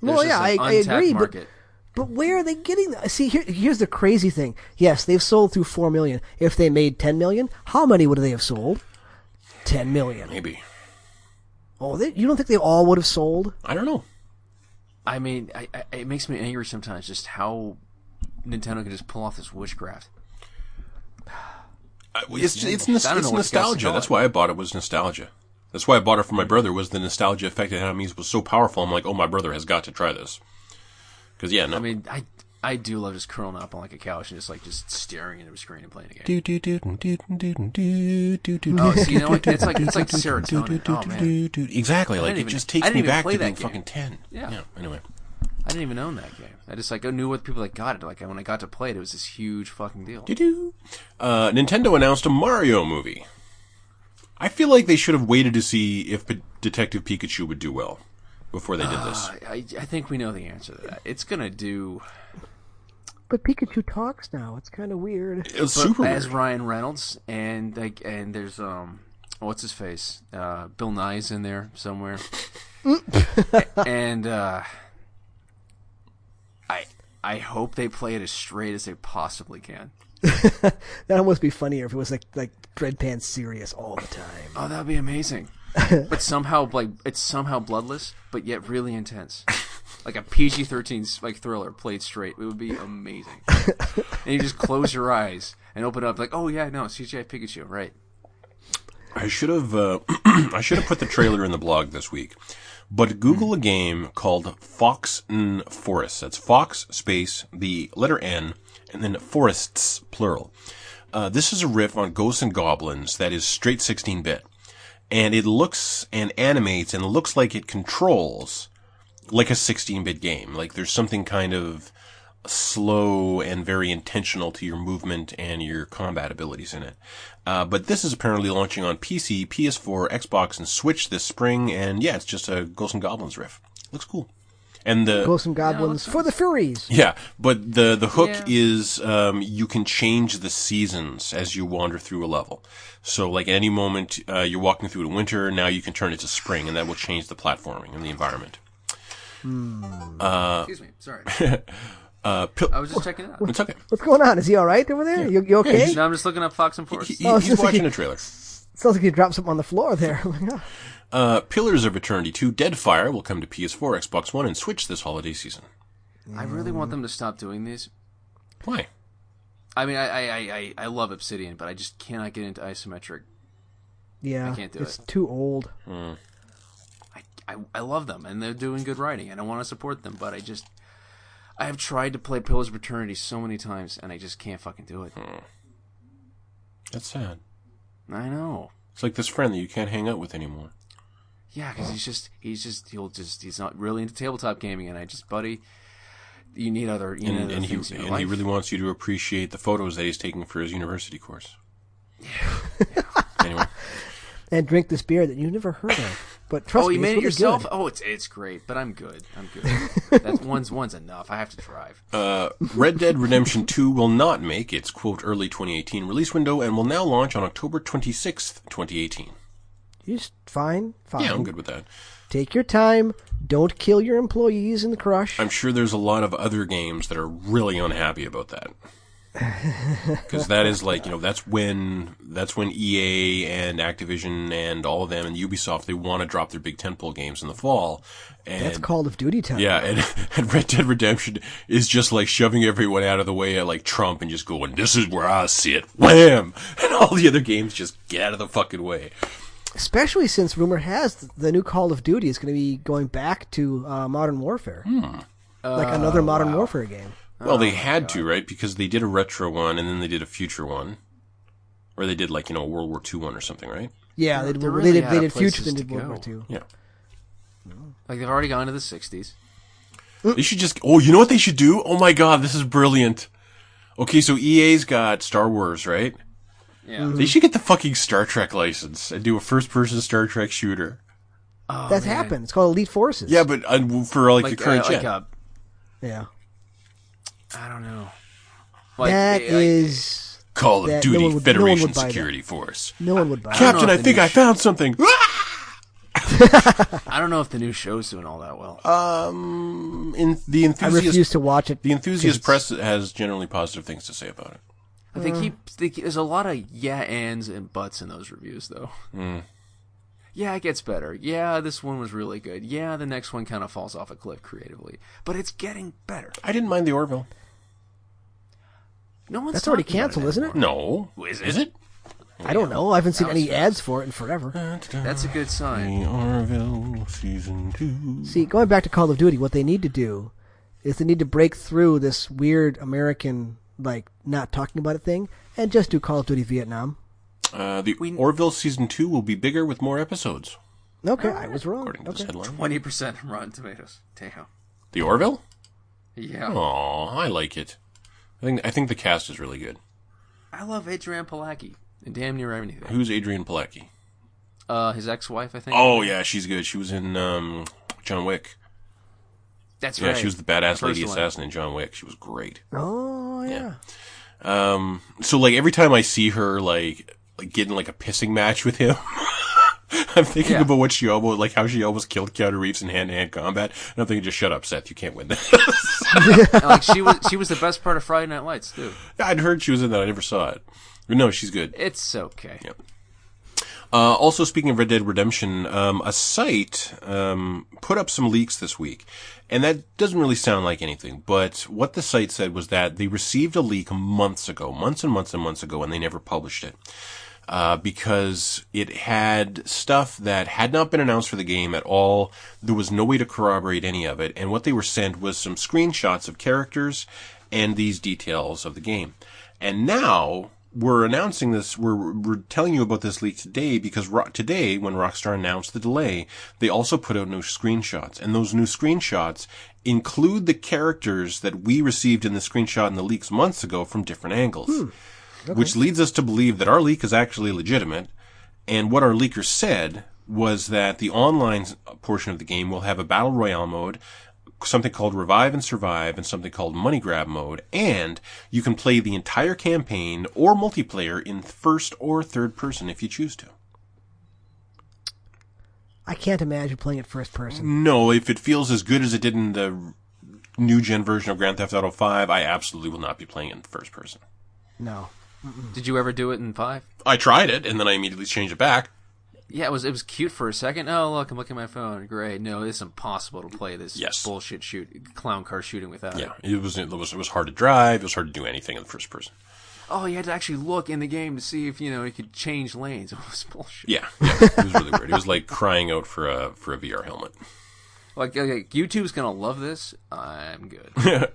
Speaker 2: There's
Speaker 1: Well,
Speaker 2: just
Speaker 1: yeah, I,
Speaker 2: an
Speaker 1: I
Speaker 2: untapped
Speaker 1: agree, but
Speaker 2: market.
Speaker 1: But where are they getting that? See, here, here's the crazy thing. Yes, they've sold through 4 million. If they made 10 million, how many would they have sold? 10 million.
Speaker 3: Maybe.
Speaker 1: Oh, they, you don't think they all would have sold?
Speaker 3: I don't know.
Speaker 2: I mean, I, I, it makes me angry sometimes just how Nintendo can just pull off this witchcraft.
Speaker 3: I- It's, it's, nos-
Speaker 2: I don't know
Speaker 3: it's
Speaker 2: what's got
Speaker 3: nostalgia.
Speaker 2: so
Speaker 3: That's
Speaker 2: going.
Speaker 3: why I bought it, was nostalgia. That's why I bought it for my brother, was the nostalgia effect it had on me was so powerful. I'm like, oh, my brother has got to try this. Because, yeah, no.
Speaker 2: I mean, I I do love just curling up on like a couch and just like just staring into a screen and playing a game.
Speaker 3: do do do do do do do do
Speaker 2: Oh, so you know what? It's like it's like serotonin. Oh man,
Speaker 3: Exactly,
Speaker 2: didn't
Speaker 3: like it
Speaker 2: even-
Speaker 3: just
Speaker 2: I
Speaker 3: takes
Speaker 2: didn't
Speaker 3: me
Speaker 2: even
Speaker 3: back
Speaker 2: play
Speaker 3: to
Speaker 2: that
Speaker 3: being
Speaker 2: game.
Speaker 3: fucking ten.
Speaker 2: Yeah.
Speaker 3: Anyway,
Speaker 2: I didn't even own that game. I just like I knew what people that got it. Like when I got to play it, it was this huge fucking deal.
Speaker 3: Do-do. Uh, Nintendo announced a Mario movie. I feel like they should have waited to see if P- Detective Pikachu would do well before they did this.
Speaker 2: I, I- I think we know the answer to that. It's gonna do
Speaker 1: But Pikachu talks now. It's kind of weird.
Speaker 3: It was super
Speaker 2: as
Speaker 3: weird.
Speaker 2: Ryan Reynolds and like and there's um what's his face uh Bill Nye's in there somewhere and uh I I hope they play it as straight as they possibly can.
Speaker 1: That almost be funnier if it was like like Dreadpan serious all the time.
Speaker 2: Oh, that'd be amazing. but somehow like it's somehow bloodless, but yet really intense. Like a PG thirteen like thriller played straight, it would be amazing. and you just close your eyes and open up like, oh yeah, no CGI Pikachu, right?
Speaker 3: I should have uh, I should have put the trailer in the blog this week. But Google a game called Fox N Forests. That's Fox space the letter N and then forests plural. Uh, this is a riff on Ghosts and Goblins that is straight 16 bit, and it looks and animates and looks like it controls like a 16 bit game. Like there's something kind of slow and very intentional to your movement and your combat abilities in it. Uh, but this is apparently launching on PC, PS4, Xbox, and Switch this spring. And yeah, it's just a Ghosts and Goblins riff. Looks cool. And the
Speaker 1: Ghosts and Goblins for the Furies.
Speaker 3: yeah, but the the hook
Speaker 2: Yeah.
Speaker 3: is um, you can change the seasons as you wander through a level. So like at any moment uh, you're walking through it in winter, now you can turn it to spring, and that will change the platforming and the environment.
Speaker 2: Excuse me, sorry.
Speaker 3: Uh, Pil-
Speaker 2: I was just checking it out.
Speaker 3: it's okay.
Speaker 1: What's going on? Is he all right over there? You, you okay?
Speaker 2: No, I'm just looking up Fox and Force.
Speaker 3: He-
Speaker 1: Oh, it's
Speaker 3: he's
Speaker 1: just like-
Speaker 3: watching a trailer.
Speaker 1: Sounds like he dropped something on the floor there. Oh my God.
Speaker 3: Uh, Pillars of Eternity 2 Deadfire will come to PS4, Xbox One, and Switch this holiday season.
Speaker 2: I really
Speaker 3: mm.
Speaker 2: want them to stop doing these.
Speaker 3: Why?
Speaker 2: I mean, I, I, I- I, I love Obsidian, but I just cannot get into isometric.
Speaker 1: Yeah,
Speaker 2: I can't do
Speaker 1: it's
Speaker 2: it.
Speaker 1: too old.
Speaker 2: I, I, I love them, and they're doing good writing, and I want to support them, but I just. I have tried to play Pillars of Eternity so many times, and I just can't fucking do it.
Speaker 3: Hmm. That's sad.
Speaker 2: I know.
Speaker 3: It's like this friend that you can't hang out with anymore.
Speaker 2: Yeah, because he's just he's just he'll just he's not really into tabletop gaming, and I just buddy, you need other you
Speaker 3: And,
Speaker 2: know
Speaker 3: and, he,
Speaker 2: things in your
Speaker 3: and
Speaker 2: life.
Speaker 3: he really wants you to appreciate the photos that he's taking for his university course. anyway,
Speaker 1: And drink this beer that you've never heard of. But trust
Speaker 2: oh,
Speaker 1: me,
Speaker 2: you made
Speaker 1: it's
Speaker 2: it
Speaker 1: really
Speaker 2: yourself.
Speaker 1: good.
Speaker 2: Oh, it's it's great, but I'm good. I'm good. That's one's one's enough. I have to drive.
Speaker 3: uh, Red Dead Redemption 2 will not make its quote early 2018 release window and will now launch on October 26th, 2018.
Speaker 1: You just fine, fine.
Speaker 3: Yeah, I'm good with that.
Speaker 1: Take your time. Don't kill your employees in the crush.
Speaker 3: I'm sure there's a lot of other games that are really unhappy about that. Because that is like you know that's when that's when EA and Activision and all of them and Ubisoft they want to drop their big tentpole games in the fall, and
Speaker 1: That's Call of Duty time.
Speaker 3: yeah, and, and Red Dead Redemption is just like shoving everyone out of the way at like Trump and just going this is where I sit, wham, and all the other games just get out of the fucking way.
Speaker 1: Especially since rumor has th- the new Call of Duty is going to be going back to uh, Modern Warfare,
Speaker 3: Hmm.
Speaker 1: like another
Speaker 2: Oh,
Speaker 1: Modern Warfare game.
Speaker 3: Well, they had to, right? Because they did a retro one and then they did a future one. Or they did like, you know, a World War II one or something, right?
Speaker 1: Yeah,
Speaker 2: They're-
Speaker 1: they,
Speaker 2: they're
Speaker 1: they
Speaker 2: really
Speaker 1: did,
Speaker 2: out
Speaker 1: they
Speaker 2: of
Speaker 1: did Future,
Speaker 2: places
Speaker 1: then did
Speaker 2: to
Speaker 1: World
Speaker 2: go.
Speaker 1: War Two.
Speaker 3: Yeah.
Speaker 2: Like they've already gone to the '60s.
Speaker 3: They should just Oh, you know what they should do? Oh my god, this is brilliant. Okay, so EA's got Star Wars, right?
Speaker 2: Yeah.
Speaker 3: They should get the fucking Star Trek license and do a first person Star Trek shooter.
Speaker 2: Oh,
Speaker 1: That's
Speaker 2: man.
Speaker 1: happened. It's called Elite Forces.
Speaker 3: Yeah, but uh, for like,
Speaker 2: Like,
Speaker 3: the current
Speaker 2: uh, like
Speaker 3: gen.
Speaker 2: uh,
Speaker 1: yeah.
Speaker 2: I don't know.
Speaker 1: That
Speaker 2: eh, like-
Speaker 1: is
Speaker 3: Call of
Speaker 1: that-
Speaker 3: Duty
Speaker 1: no one would- no one
Speaker 3: Federation
Speaker 1: would buy that.
Speaker 3: Security Force.
Speaker 1: no one would buy. it.
Speaker 2: Cap-
Speaker 3: Captain,
Speaker 2: know
Speaker 3: I
Speaker 2: if they
Speaker 3: think
Speaker 2: do
Speaker 3: I
Speaker 2: sh-
Speaker 3: found something.
Speaker 2: I don't know if the new show's doing all that well.
Speaker 3: um, in, the
Speaker 1: I
Speaker 3: enthusiast,
Speaker 1: refuse to watch it.
Speaker 3: the enthusiast press has generally positive things to say about it.
Speaker 2: they
Speaker 1: Uh.
Speaker 2: keep they, keep- there's a lot of yeah ands and buts in those reviews though.
Speaker 3: Hmm.
Speaker 2: Yeah, it gets better. Yeah, this one was really good. Yeah, the next one kind of falls off a cliff creatively, but it's getting better.
Speaker 3: I didn't mind the Orville.
Speaker 2: No one's
Speaker 1: That's already
Speaker 2: talking about
Speaker 1: canceled, isn't it?
Speaker 3: No.
Speaker 2: Is it?
Speaker 3: Is it?
Speaker 1: I don't know. I haven't seen any ads for it in forever.
Speaker 2: That's a good sign.
Speaker 3: The Orville season two.
Speaker 1: See, going back to Call of Duty, what they need to do is they need to break through this weird American like not talking about it thing and just do Call of Duty Vietnam.
Speaker 3: Uh, the
Speaker 2: We-
Speaker 3: Orville season two will be bigger with more episodes,
Speaker 1: Okay, I was wrong.
Speaker 3: according to
Speaker 1: Okay.
Speaker 3: this headline.
Speaker 2: Twenty percent Rotten Tomatoes. Damn.
Speaker 3: The Orville?
Speaker 2: Yeah,
Speaker 3: Oh, I like it. I think I think the cast is really good.
Speaker 2: I love Adrian Palacki and damn near everything.
Speaker 3: Who's Adrian Palecki?
Speaker 2: Uh, his ex-wife, I think.
Speaker 3: Oh yeah, she's good. She was in um, John Wick.
Speaker 2: that's
Speaker 3: Yeah,
Speaker 2: right.
Speaker 3: she was the badass
Speaker 2: First
Speaker 3: lady
Speaker 2: one.
Speaker 3: assassin in John Wick. She was great.
Speaker 1: Oh yeah.
Speaker 3: Um, so like every time I see her, like like getting like a pissing match with him, I'm thinking
Speaker 2: Yeah.
Speaker 3: about what she almost like how she almost killed Keanu Reeves in hand to hand combat, and I'm thinking, just shut up, Seth. You can't win that.
Speaker 2: And, like she was. She was the best part of Friday Night Lights too.
Speaker 3: I'd heard she was in that. I never saw it. But no, she's good.
Speaker 2: It's okay.
Speaker 3: Uh, also, speaking of Red Dead Redemption, um, a site um, put up some leaks this week, and that doesn't really sound like anything. But what the site said was that they received a leak months ago, months and months and months ago, and they never published it uh, because it had stuff that had not been announced for the game at all. There was no way to corroborate any of it, and what they were sent was some screenshots of characters and these details of the game. And now we're announcing this, we're, we're telling you about this leak today because ro- today, when Rockstar announced the delay, they also put out new screenshots. And those new screenshots include the characters that we received in the screenshot in the leaks months ago from different angles. Which leads us to believe that our leak is actually legitimate. And what our leaker said was that the online s- portion of the game will have a battle royale mode, something called revive and survive, and something called money grab mode, and you can play the entire campaign or multiplayer in first or third person if you choose to.
Speaker 1: I can't imagine playing it first person.
Speaker 3: No, if it feels as good as it did in the new gen version of Grand Theft Auto 5, I absolutely will not be playing it in first person.
Speaker 1: No.
Speaker 2: Did you ever do it in five?
Speaker 3: I tried it and then I immediately changed it back.
Speaker 2: Yeah, it was it was cute for a second. Oh look, I'm looking at my phone. Great. No, it's impossible to play this
Speaker 3: Yes.
Speaker 2: bullshit shoot clown car shooting without it.
Speaker 3: Yeah, it was it was it was hard to drive. It was hard to do anything in the first person.
Speaker 2: Oh, you had to actually look in the game to see if you know you could change lanes. It was bullshit.
Speaker 3: Yeah, yeah, it was really weird. It was like crying out for a for a VR helmet.
Speaker 2: Like, like YouTube's gonna love this. I'm good.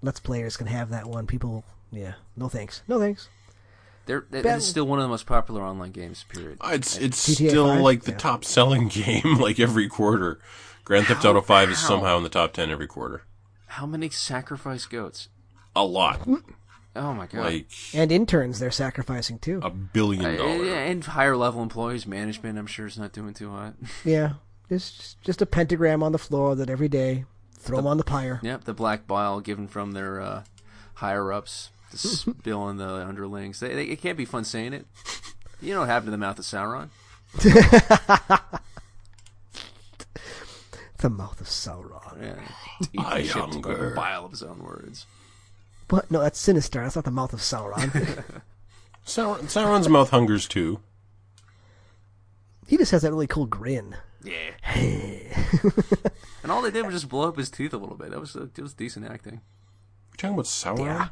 Speaker 1: Let's players can have that one. People, yeah. No thanks. No thanks.
Speaker 2: They're, it-
Speaker 1: Battle-
Speaker 2: it's still one of the most popular online games. Period.
Speaker 3: Uh, It's it's
Speaker 1: GTA
Speaker 3: still
Speaker 1: 5?
Speaker 3: like the
Speaker 1: Yeah.
Speaker 3: top selling game like every quarter. Grand Theft Auto 5 is somehow in the top 10 every quarter.
Speaker 2: How many sacrifice goats?
Speaker 3: A lot.
Speaker 1: Hmm.
Speaker 2: Oh my god.
Speaker 3: Like
Speaker 1: And interns they're sacrificing too.
Speaker 3: a billion
Speaker 2: Uh,
Speaker 3: dollars.
Speaker 2: yeah, and higher level employees, management. I'm sure is not doing too hot.
Speaker 1: Yeah. Just just a pentagram on the floor that every day throw them on the pyre.
Speaker 2: yep, the black bile given from their uh, higher ups to spill on the underlings. They, they, it can't be fun saying it. You know what happened to the mouth of Sauron?
Speaker 1: The mouth of Sauron.
Speaker 2: Yeah,
Speaker 3: I
Speaker 2: shit to
Speaker 3: hunger.
Speaker 2: a bile of his own words.
Speaker 1: What? No, that's sinister. That's not the mouth of Sauron.
Speaker 3: Sauron, Sauron's mouth hungers too.
Speaker 1: he just has that really cool grin.
Speaker 2: Yeah. and all they did was just blow up his teeth a little bit. That was uh, that was decent acting.
Speaker 3: You talking about Sauron?
Speaker 1: Yeah.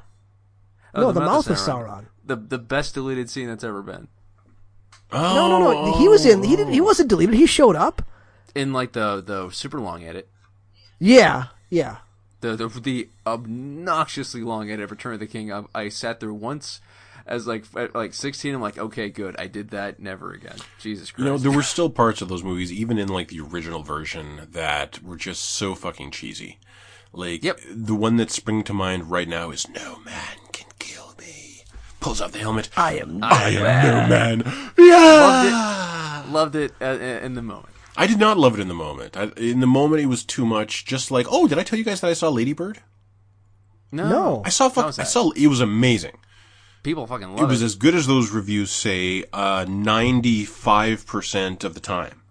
Speaker 2: Oh,
Speaker 1: no, the, mouth of Sauron.
Speaker 2: The the best deleted scene that's ever been.
Speaker 3: Oh,
Speaker 1: No, no, no. He was in. He didn't. He wasn't deleted. He showed up.
Speaker 2: In like the the super long edit.
Speaker 1: Yeah. Yeah.
Speaker 2: the the, the obnoxiously long edit of Return of the King. I, I sat through once as like at, like sixteen. I'm like, okay, good. I did that. Never again. Jesus
Speaker 3: You
Speaker 2: Christ.
Speaker 3: know, there were still parts of those movies, even in like the original version, that were just so fucking cheesy. Like
Speaker 2: Yep.
Speaker 3: the one that's springing to mind right now is "No man can kill me." Pulls off the helmet.
Speaker 1: I am.
Speaker 2: Ah,
Speaker 3: I am no man. Yeah.
Speaker 2: Loved it uh, uh, in the moment.
Speaker 3: I did not love it in the moment. I, in the moment, it was too much. Just like, oh, did I tell you guys that I saw Ladybird?
Speaker 2: No,
Speaker 1: No.
Speaker 3: I saw. Fuck,
Speaker 2: was
Speaker 3: I
Speaker 2: that?
Speaker 3: saw. It was amazing.
Speaker 2: people fucking
Speaker 3: it
Speaker 2: love
Speaker 3: was
Speaker 2: it.
Speaker 3: as good as those reviews say uh, 95% of the time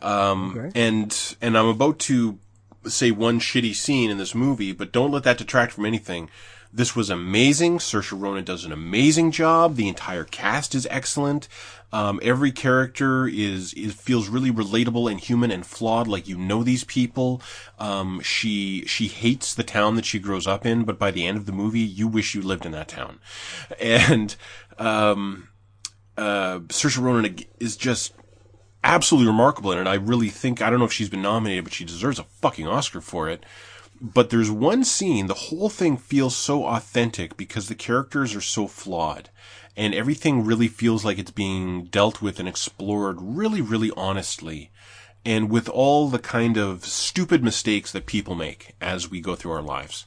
Speaker 3: um,
Speaker 1: Okay.
Speaker 3: and and i'm about to say one shitty scene in this movie but don't let that detract from anything this was amazing Saoirse Ronan does an amazing job the entire cast is excellent um, every character is, is feels really relatable and human and flawed like you know these people um, she she hates the town that she grows up in but by the end of the movie you wish you lived in that town and um, uh, Saoirse Ronan ag- is just absolutely remarkable in it. I really think I don't know if she's been nominated, but she deserves a fucking Oscar for it. But there's one scene, the whole thing feels so authentic because the characters are so flawed. And everything really feels like it's being dealt with and explored really, really honestly. And with all the kind of stupid mistakes that people make as we go through our lives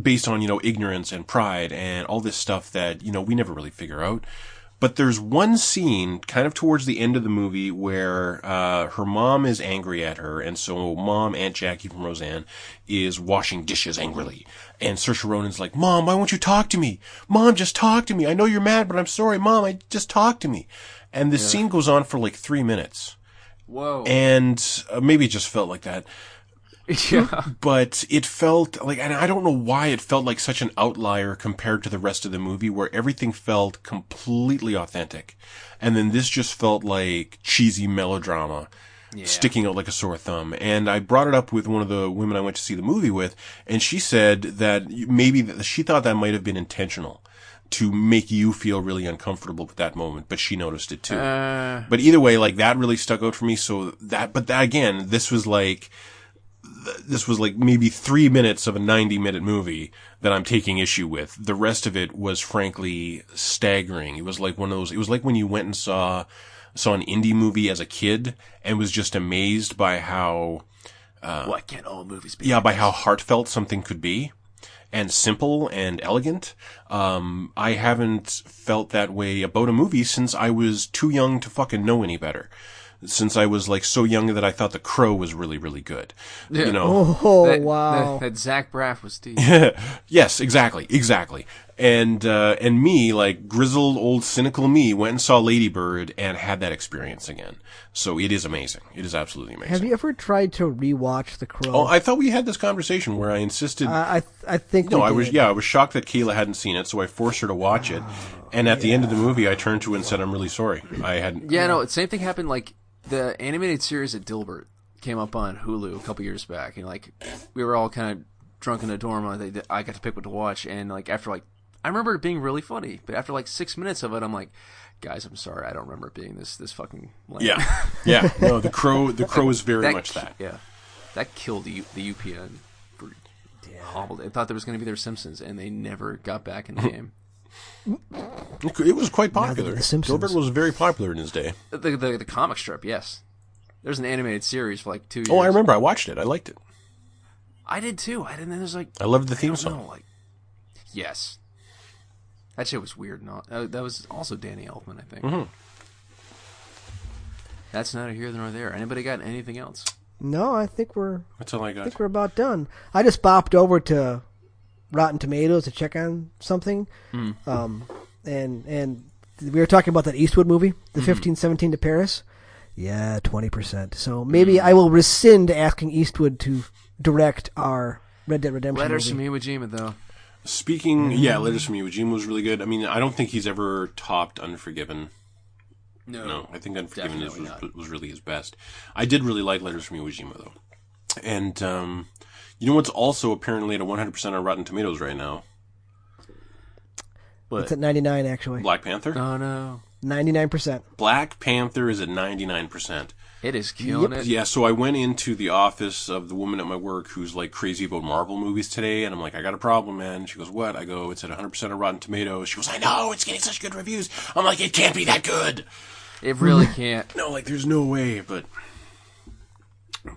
Speaker 3: based on, you know, ignorance and pride and all this stuff that, you know, we never really figure out. But there's one scene kind of towards the end of the movie where, uh, her mom is angry at her. And so mom, Aunt Jackie from Roseanne is washing dishes angrily. And Saoirse Ronan's like, mom, why won't you talk to me? Mom, just talk to me. I know you're mad, but I'm sorry. Mom, I just talk to me. And this scene goes on for like three minutes.
Speaker 2: Whoa.
Speaker 3: And uh, maybe it just felt like that
Speaker 2: yeah.
Speaker 3: but it felt like, and I don't know why it felt like such an outlier compared to the rest of the movie where everything felt completely authentic. And then this just felt like cheesy melodrama sticking out like a sore thumb. And I brought it up with one of the women I went to see the movie with, and she said that maybe that she thought that might have been intentional to make you feel really uncomfortable with that moment, but she noticed it too. but either way, like that really stuck out for me. So that, but that again, this was like, this was like maybe three minutes of a 90 minute movie that I'm taking issue with. The rest of it was frankly staggering. It was like one of those, it was like when you went and saw, saw an indie movie as a kid and was just amazed by how,
Speaker 2: Why can't all movies be?
Speaker 3: Uh, yeah, by how heartfelt something could be and simple and elegant. Um, I haven't felt that way about a movie since I was too young to fucking know any better. Since I was like so young that I thought The Crow was really, really good. You know?
Speaker 1: Oh
Speaker 2: That,
Speaker 1: wow.
Speaker 2: That, that Zach Braff was deep.
Speaker 3: yes, exactly, exactly. and uh, and me, like grizzled old cynical me, went and saw Ladybird and had that experience again. So it is amazing. It is absolutely amazing.
Speaker 1: Have you ever tried to rewatch The Crow?
Speaker 3: Oh, I thought we had this conversation where I insisted.
Speaker 1: I I, th- I think
Speaker 3: no,
Speaker 1: we
Speaker 3: I was
Speaker 1: did.
Speaker 3: yeah, I was shocked that Kayla hadn't seen it, so I forced her to watch it. And at the end of the movie, I turned to her and said, "I'm really sorry. I hadn't."
Speaker 2: Yeah, no, same thing happened. Like the animated series at Dilbert came up on Hulu a couple years back, and like we were all kind of drunk in the dorm. and I think that I got to pick what to watch, and like after like I remember it being really funny, but after like six minutes of it, I'm like, guys, I'm sorry, I don't remember it being this this fucking lame.
Speaker 3: Yeah, yeah. No, the crow. The crow is very
Speaker 2: that,
Speaker 3: much that.
Speaker 2: yeah, that killed the U- the UPN. For, hobbled. it. I thought there was going to be their Simpsons, and they never got back in the game.
Speaker 3: It was quite popular.
Speaker 1: The Simpsons.
Speaker 3: Dilbert was very popular in his day.
Speaker 2: The, the the comic strip, yes. There's an animated series for like two years.
Speaker 3: Oh, I remember. I watched it. I liked it.
Speaker 2: I did too. I didn't. There was like
Speaker 3: I loved the theme
Speaker 2: I don't
Speaker 3: song.
Speaker 2: know, like, yes, that shit was weird. Not uh, that was also Danny Elfman, I think.
Speaker 3: Mm-hmm.
Speaker 2: That's neither here nor there. Anybody got anything else?
Speaker 1: No, I think we're
Speaker 3: That's all I
Speaker 1: I
Speaker 3: got.
Speaker 1: think we're about done. I just bopped over to Rotten Tomatoes to check on something,
Speaker 3: Hmm.
Speaker 1: um, and and we were talking about that Eastwood movie, the
Speaker 3: Hmm.
Speaker 1: fifteen seventeen to Paris. Yeah, twenty percent. So maybe I will rescind asking Eastwood to direct our Red Dead Redemption
Speaker 2: Letters
Speaker 1: movie.
Speaker 2: from Iwo Jima, though.
Speaker 3: Speaking, yeah, letters from Iwo Jima was really good. I mean, I don't think he's ever topped Unforgiven. No, I think Unforgiven is,
Speaker 2: definitely
Speaker 3: was, was really his best. I did really like Letters from Iwo Jima though, and um, you know what's also apparently at a 100 percent on Rotten Tomatoes right now?
Speaker 1: It's at ninety nine actually,
Speaker 3: Black Panther.
Speaker 2: Oh no,
Speaker 1: ninety nine percent.
Speaker 3: Black Panther is at 99 percent.
Speaker 2: it is killing it.
Speaker 3: Yeah, so I went into the office of the woman at my work who's like crazy about Marvel movies today, and I'm like, I got a problem, man. She goes, What? I go, It's at 100% of Rotten Tomatoes. She goes, I know, it's getting such good reviews. I'm like, It can't be that good.
Speaker 2: It really can't.
Speaker 3: No, like, there's no way, but.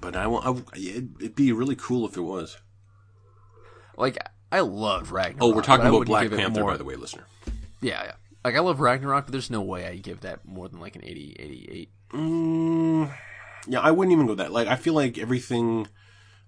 Speaker 3: But I want. I, it'd, it'd be really cool if it was.
Speaker 2: Like I loved Ragnarok.
Speaker 3: Oh, we're
Speaker 2: Uh, but
Speaker 3: talking
Speaker 2: I
Speaker 3: about
Speaker 2: wouldn't
Speaker 3: Black
Speaker 2: give it
Speaker 3: Panther,
Speaker 2: more-
Speaker 3: by the way, listener.
Speaker 2: Yeah, yeah. Like I love Ragnarok, but there's no way I give that more than like an 80, 88.
Speaker 3: Mm, yeah, I wouldn't even go that. Like, I feel like everything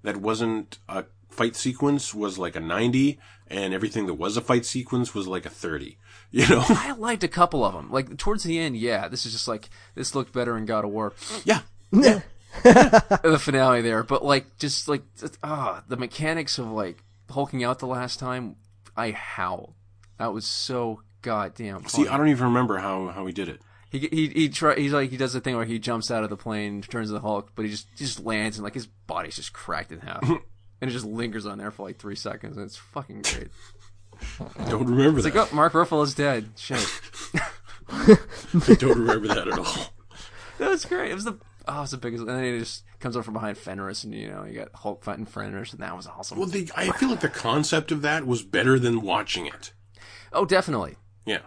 Speaker 3: that wasn't a fight sequence was like a 90, and everything that was a fight sequence was like a 30. You know?
Speaker 2: I liked a couple of them. Like towards the end, yeah. This is just like this looked better in God of War.
Speaker 3: yeah.
Speaker 2: the finale there, but like just like ah, the mechanics of like hulking out the last time, I howled. That was so goddamn. Fun.
Speaker 3: See, I don't even remember how, how he did it.
Speaker 2: he he he try, he's like he does the thing where he jumps out of the plane, turns to the Hulk, but he just just lands and like his body's just cracked in half, and it just lingers on there for like three seconds, and it's fucking great.
Speaker 3: I don't remember
Speaker 2: It's
Speaker 3: that.
Speaker 2: like oh, Mark Ruffalo's dead. Shit,
Speaker 3: I don't remember that at all.
Speaker 2: that was great. It was the oh, it's the biggest, and then he just comes up from behind Fenris, and you know you got Hulk fighting Fenris, and that was awesome.
Speaker 3: Well, the, I feel like the concept of that was better than watching it.
Speaker 2: oh, definitely.
Speaker 3: Yeah.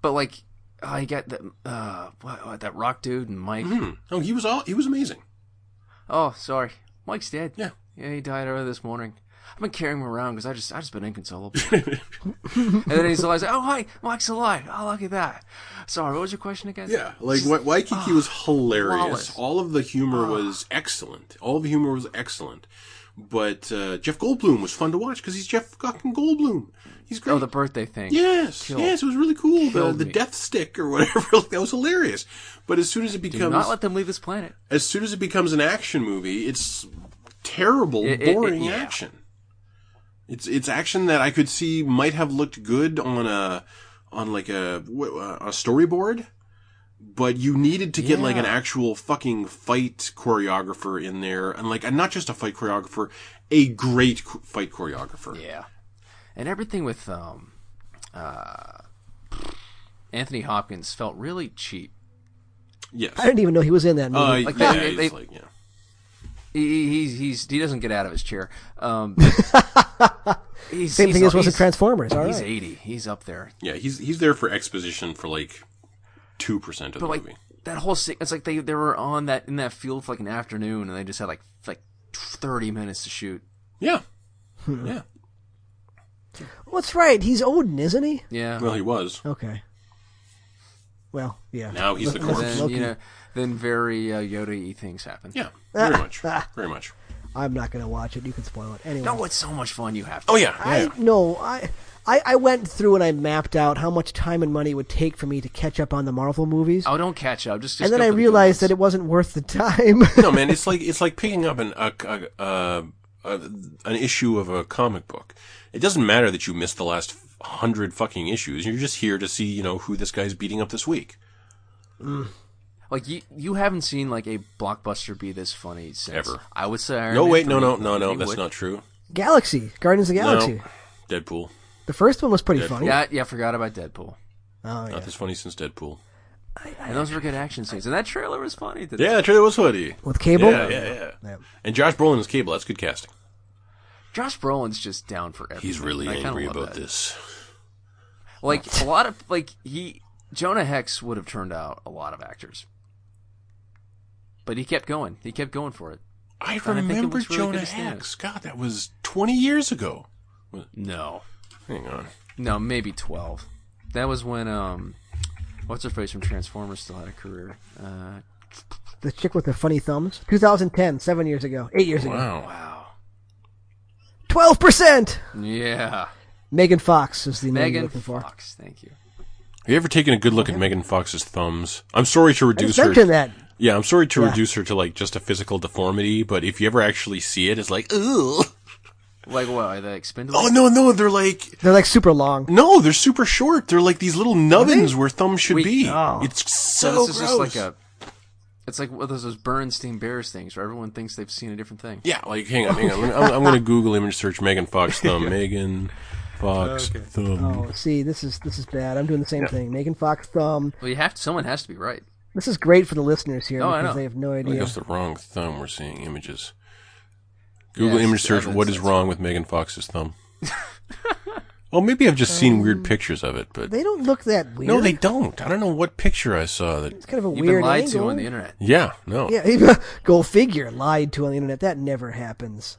Speaker 2: but like I got that uh what, what, that rock dude and Mike.
Speaker 3: Hmm. Oh, he was all he was amazing.
Speaker 2: Oh, sorry, Mike's dead.
Speaker 3: Yeah.
Speaker 2: yeah, he died earlier this morning. I've been carrying him around because I just I just been inconsolable. and then he's always oh hi, Mike's alive. Oh look at that. Sorry, what was your question again?
Speaker 3: Yeah, like Wa- Waikiki was hilarious.
Speaker 2: ah, flawless. Ah.
Speaker 3: All of the humor was excellent. All of the humor was excellent. But uh, Jeff Goldblum was fun to watch because he's Jeff fucking Goldblum. He's great.
Speaker 2: Oh, the birthday thing.
Speaker 3: yes,
Speaker 2: Killed-
Speaker 3: yes, it was really cool. The,
Speaker 2: killed
Speaker 3: the
Speaker 2: me.
Speaker 3: death stick or whatever like, that was hilarious. But as soon as it
Speaker 2: Do
Speaker 3: becomes
Speaker 2: not let them leave this planet.
Speaker 3: as soon as it becomes an action movie, it's terrible,
Speaker 2: It- it- it-
Speaker 3: boring
Speaker 2: yeah.
Speaker 3: action. It's it's action that I could see might have looked good on a on like a wh- uh, a storyboard, but you needed to get like an
Speaker 2: Yeah.
Speaker 3: actual fucking fight choreographer in there, and like and not just a fight choreographer, a great co- fight choreographer.
Speaker 2: Yeah, and everything with um, uh, Anthony Hopkins felt really cheap.
Speaker 3: Yes.
Speaker 1: I didn't even know he was in that movie.
Speaker 3: Uh,
Speaker 2: Like,
Speaker 3: yeah,
Speaker 2: they-
Speaker 3: it's
Speaker 2: they-
Speaker 3: like, yeah.
Speaker 2: He, he's he's he doesn't get out of his chair. Um, he's,
Speaker 1: Same thing
Speaker 2: he's-
Speaker 1: as was in
Speaker 2: he's-
Speaker 1: Transformers. All
Speaker 2: He's
Speaker 1: right.
Speaker 2: 80. He's up there.
Speaker 3: Yeah, he's he's there for exposition for like two percent of the
Speaker 2: But like
Speaker 3: movie.
Speaker 2: that whole se- it's like they they were on that in that field for like an afternoon and they just had like f- like 30 minutes to shoot.
Speaker 3: Yeah. yeah.
Speaker 1: What's right? He's Odin, isn't he?
Speaker 2: Yeah.
Speaker 3: Well, he was.
Speaker 1: Okay. Well, yeah.
Speaker 3: Now he's the
Speaker 2: And
Speaker 3: corpse.
Speaker 2: then,
Speaker 1: Loki.
Speaker 2: you know, then very uh, Yoda-y things happen.
Speaker 3: Yeah, very much, very much.
Speaker 1: I'm not gonna watch it. You can spoil it anyway.
Speaker 2: No, it's so much fun you have. To.
Speaker 3: Oh yeah,
Speaker 1: I no, I I, I went through and I mapped out how much time and money it would take for me to catch up on the Marvel movies.
Speaker 2: Oh, don't catch up. Just, just
Speaker 1: and then
Speaker 2: go
Speaker 1: I
Speaker 2: for the good
Speaker 1: realized
Speaker 2: ones.
Speaker 1: that it wasn't worth the time.
Speaker 3: no, man, it's like it's like picking up an a, a, a, a, an issue of a comic book. It doesn't matter that you missed the last hundred fucking issues. You're just here to see, you know, who this guy's beating up this week.
Speaker 2: like you you haven't seen like a blockbuster be this funny since.
Speaker 3: Ever.
Speaker 2: I would say. Iron
Speaker 3: no,
Speaker 2: Man
Speaker 3: wait,
Speaker 2: for
Speaker 3: no,
Speaker 2: me.
Speaker 3: no, no, no,
Speaker 2: You
Speaker 3: that's
Speaker 2: would.
Speaker 3: not true.
Speaker 1: Galaxy, Guardians of the Galaxy.
Speaker 3: No, Deadpool.
Speaker 1: The first one was pretty
Speaker 3: Deadpool.
Speaker 1: funny.
Speaker 2: Yeah, yeah. I Forgot about Deadpool.
Speaker 1: Oh, yeah.
Speaker 3: Not this funny since Deadpool.
Speaker 2: And those were good action scenes. And that trailer was funny. To
Speaker 3: Yeah, true. It was hoodie.
Speaker 1: With Cable?
Speaker 3: Yeah, yeah, yeah,
Speaker 1: Yeah.
Speaker 3: And Josh Brolin's cable. That's good casting.
Speaker 2: Josh Brolin's just down for everything.
Speaker 3: He's really
Speaker 2: I kinda
Speaker 3: angry
Speaker 2: love
Speaker 3: about
Speaker 2: that.
Speaker 3: this.
Speaker 2: Like a lot of like he Jonah Hex would have turned out a lot of actors, but he kept going. He kept going for it.
Speaker 3: I
Speaker 2: it looks
Speaker 3: remember
Speaker 2: really good
Speaker 3: Jonah
Speaker 2: as standard.
Speaker 3: Hex. God, that was 20 years ago.
Speaker 2: No,
Speaker 3: Hang on.
Speaker 2: no, maybe twelve. That was when um, what's her face from Transformers still had a career. Uh,
Speaker 1: The chick with the funny thumbs. 2010, seven years ago, eight years ago.
Speaker 3: Wow.
Speaker 2: wow.
Speaker 1: 12%!
Speaker 2: Yeah.
Speaker 1: Megan Fox is the name you're
Speaker 2: Megan
Speaker 1: looking for.
Speaker 2: Fox. Thank you.
Speaker 3: Have you ever taken a good look at Megan Fox's thumbs? I'm sorry to
Speaker 1: I just
Speaker 3: reduce her.
Speaker 1: mentioned that.
Speaker 3: Yeah, I'm sorry to
Speaker 1: Yeah.
Speaker 3: reduce her to like just a physical deformity, but if you ever actually see it, it's like, ooh.
Speaker 2: Like what? Are they expendable?
Speaker 3: Oh no, no, they're like,
Speaker 1: They're like super long.
Speaker 3: no, they're super short. They're like these little nubbins where thumbs should
Speaker 2: We-
Speaker 3: be.
Speaker 1: Oh.
Speaker 3: It's
Speaker 2: So
Speaker 3: so
Speaker 2: this is
Speaker 3: gross.
Speaker 2: just like a. It's like one of those, those Bernstein Bears things where everyone thinks they've seen a different thing.
Speaker 3: yeah, like hang on, hang on. I'm, gonna- I'm, I'm gonna Google image search Megan Fox thumb. Megan Fox thumb.
Speaker 1: Oh, see, this is this is bad. I'm doing the same thing. Megan Fox thumb.
Speaker 2: Well, you have to, someone has to be right.
Speaker 1: This is great for the listeners here
Speaker 2: Oh, I
Speaker 1: because
Speaker 2: know.
Speaker 1: they have no
Speaker 3: I
Speaker 1: idea.
Speaker 3: guess the wrong thumb. We're seeing images. Google
Speaker 2: it's
Speaker 3: image
Speaker 2: the
Speaker 3: search. What
Speaker 2: evidence
Speaker 3: is
Speaker 2: that's-
Speaker 3: wrong with Megan Fox's thumb? well, maybe I've just seen weird pictures of it, but
Speaker 1: Um, They don't look that weird.
Speaker 3: no, they don't. I don't know what picture I saw that.
Speaker 1: It's kind of a
Speaker 2: You've
Speaker 1: weird
Speaker 2: been lied
Speaker 1: angle.
Speaker 2: to on the internet.
Speaker 3: Yeah, no.
Speaker 1: Yeah, go figure. Lied to on the internet. That never happens.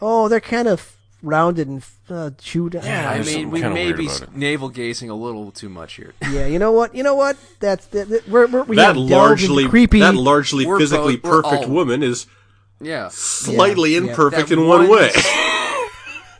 Speaker 1: Oh, they're kind of rounded and uh, chewed.
Speaker 3: Yeah,
Speaker 2: I
Speaker 3: There's
Speaker 2: mean,
Speaker 3: something
Speaker 2: we
Speaker 3: kinda
Speaker 2: may
Speaker 3: weird
Speaker 2: be
Speaker 3: about it.
Speaker 2: navel gazing a little too much here.
Speaker 1: Yeah, you know what? You know what? That's that, that- we're, we're, we have
Speaker 3: that
Speaker 1: delved
Speaker 3: largely
Speaker 1: into creepy.
Speaker 3: that largely
Speaker 2: We're
Speaker 3: physically
Speaker 2: both- we're
Speaker 3: perfect
Speaker 2: all-
Speaker 3: woman is
Speaker 2: yeah.
Speaker 3: slightly
Speaker 1: yeah.
Speaker 3: imperfect
Speaker 2: That
Speaker 3: in one
Speaker 2: one-
Speaker 3: way.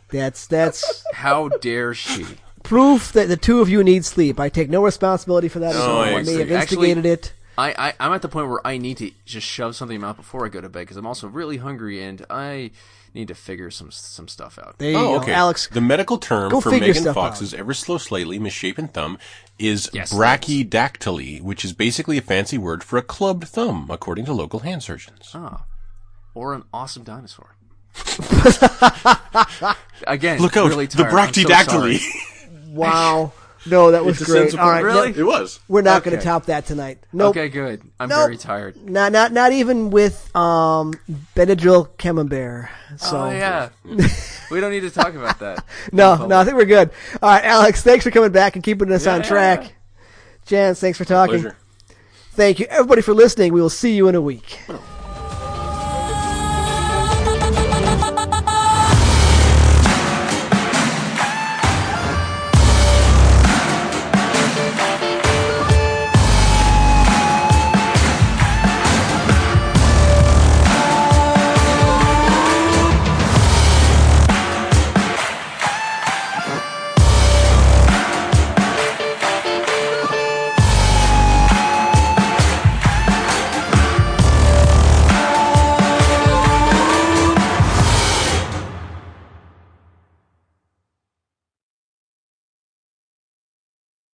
Speaker 1: that's that's
Speaker 2: How dare she?
Speaker 1: proof that the two of you need sleep. I take no responsibility for that.
Speaker 3: No,
Speaker 1: I
Speaker 3: I
Speaker 1: may have
Speaker 2: agree.
Speaker 1: instigated
Speaker 2: Actually-
Speaker 1: it.
Speaker 2: I, I I'm at the point where I need to just shove something in my mouth before I go to bed because I'm also really hungry and I need to figure some some stuff out.
Speaker 1: There you go, Alex.
Speaker 3: Oh, The medical term
Speaker 1: Go
Speaker 3: for
Speaker 1: figure
Speaker 3: Megan
Speaker 1: stuff
Speaker 3: Fox's ever so slightly misshapen thumb is
Speaker 2: Yes,
Speaker 3: brachydactyly, which is basically a fancy word for a clubbed thumb, according to local hand surgeons.
Speaker 2: Ah, or an awesome dinosaur. Again,
Speaker 3: Look out!
Speaker 2: really
Speaker 3: the
Speaker 2: tired. I'm so
Speaker 3: brachydactyly.
Speaker 2: sorry.
Speaker 1: Wow. No, that was great. All right,
Speaker 2: Really?
Speaker 1: no,
Speaker 3: It was.
Speaker 1: we're not going to
Speaker 2: Okay.
Speaker 1: top that tonight. Nope.
Speaker 2: Okay, good. I'm
Speaker 1: Nope.
Speaker 2: very tired.
Speaker 1: Not not not even with um Benadryl Camembert. So
Speaker 2: Oh yeah, we don't need to talk about that.
Speaker 1: no, no, I think we're good. All right, Alex, thanks for coming back and keeping us on
Speaker 2: yeah,
Speaker 1: track.
Speaker 2: yeah.
Speaker 1: Jans, thanks for talking.
Speaker 3: Pleasure.
Speaker 1: Thank you everybody for listening. We will see you in a week.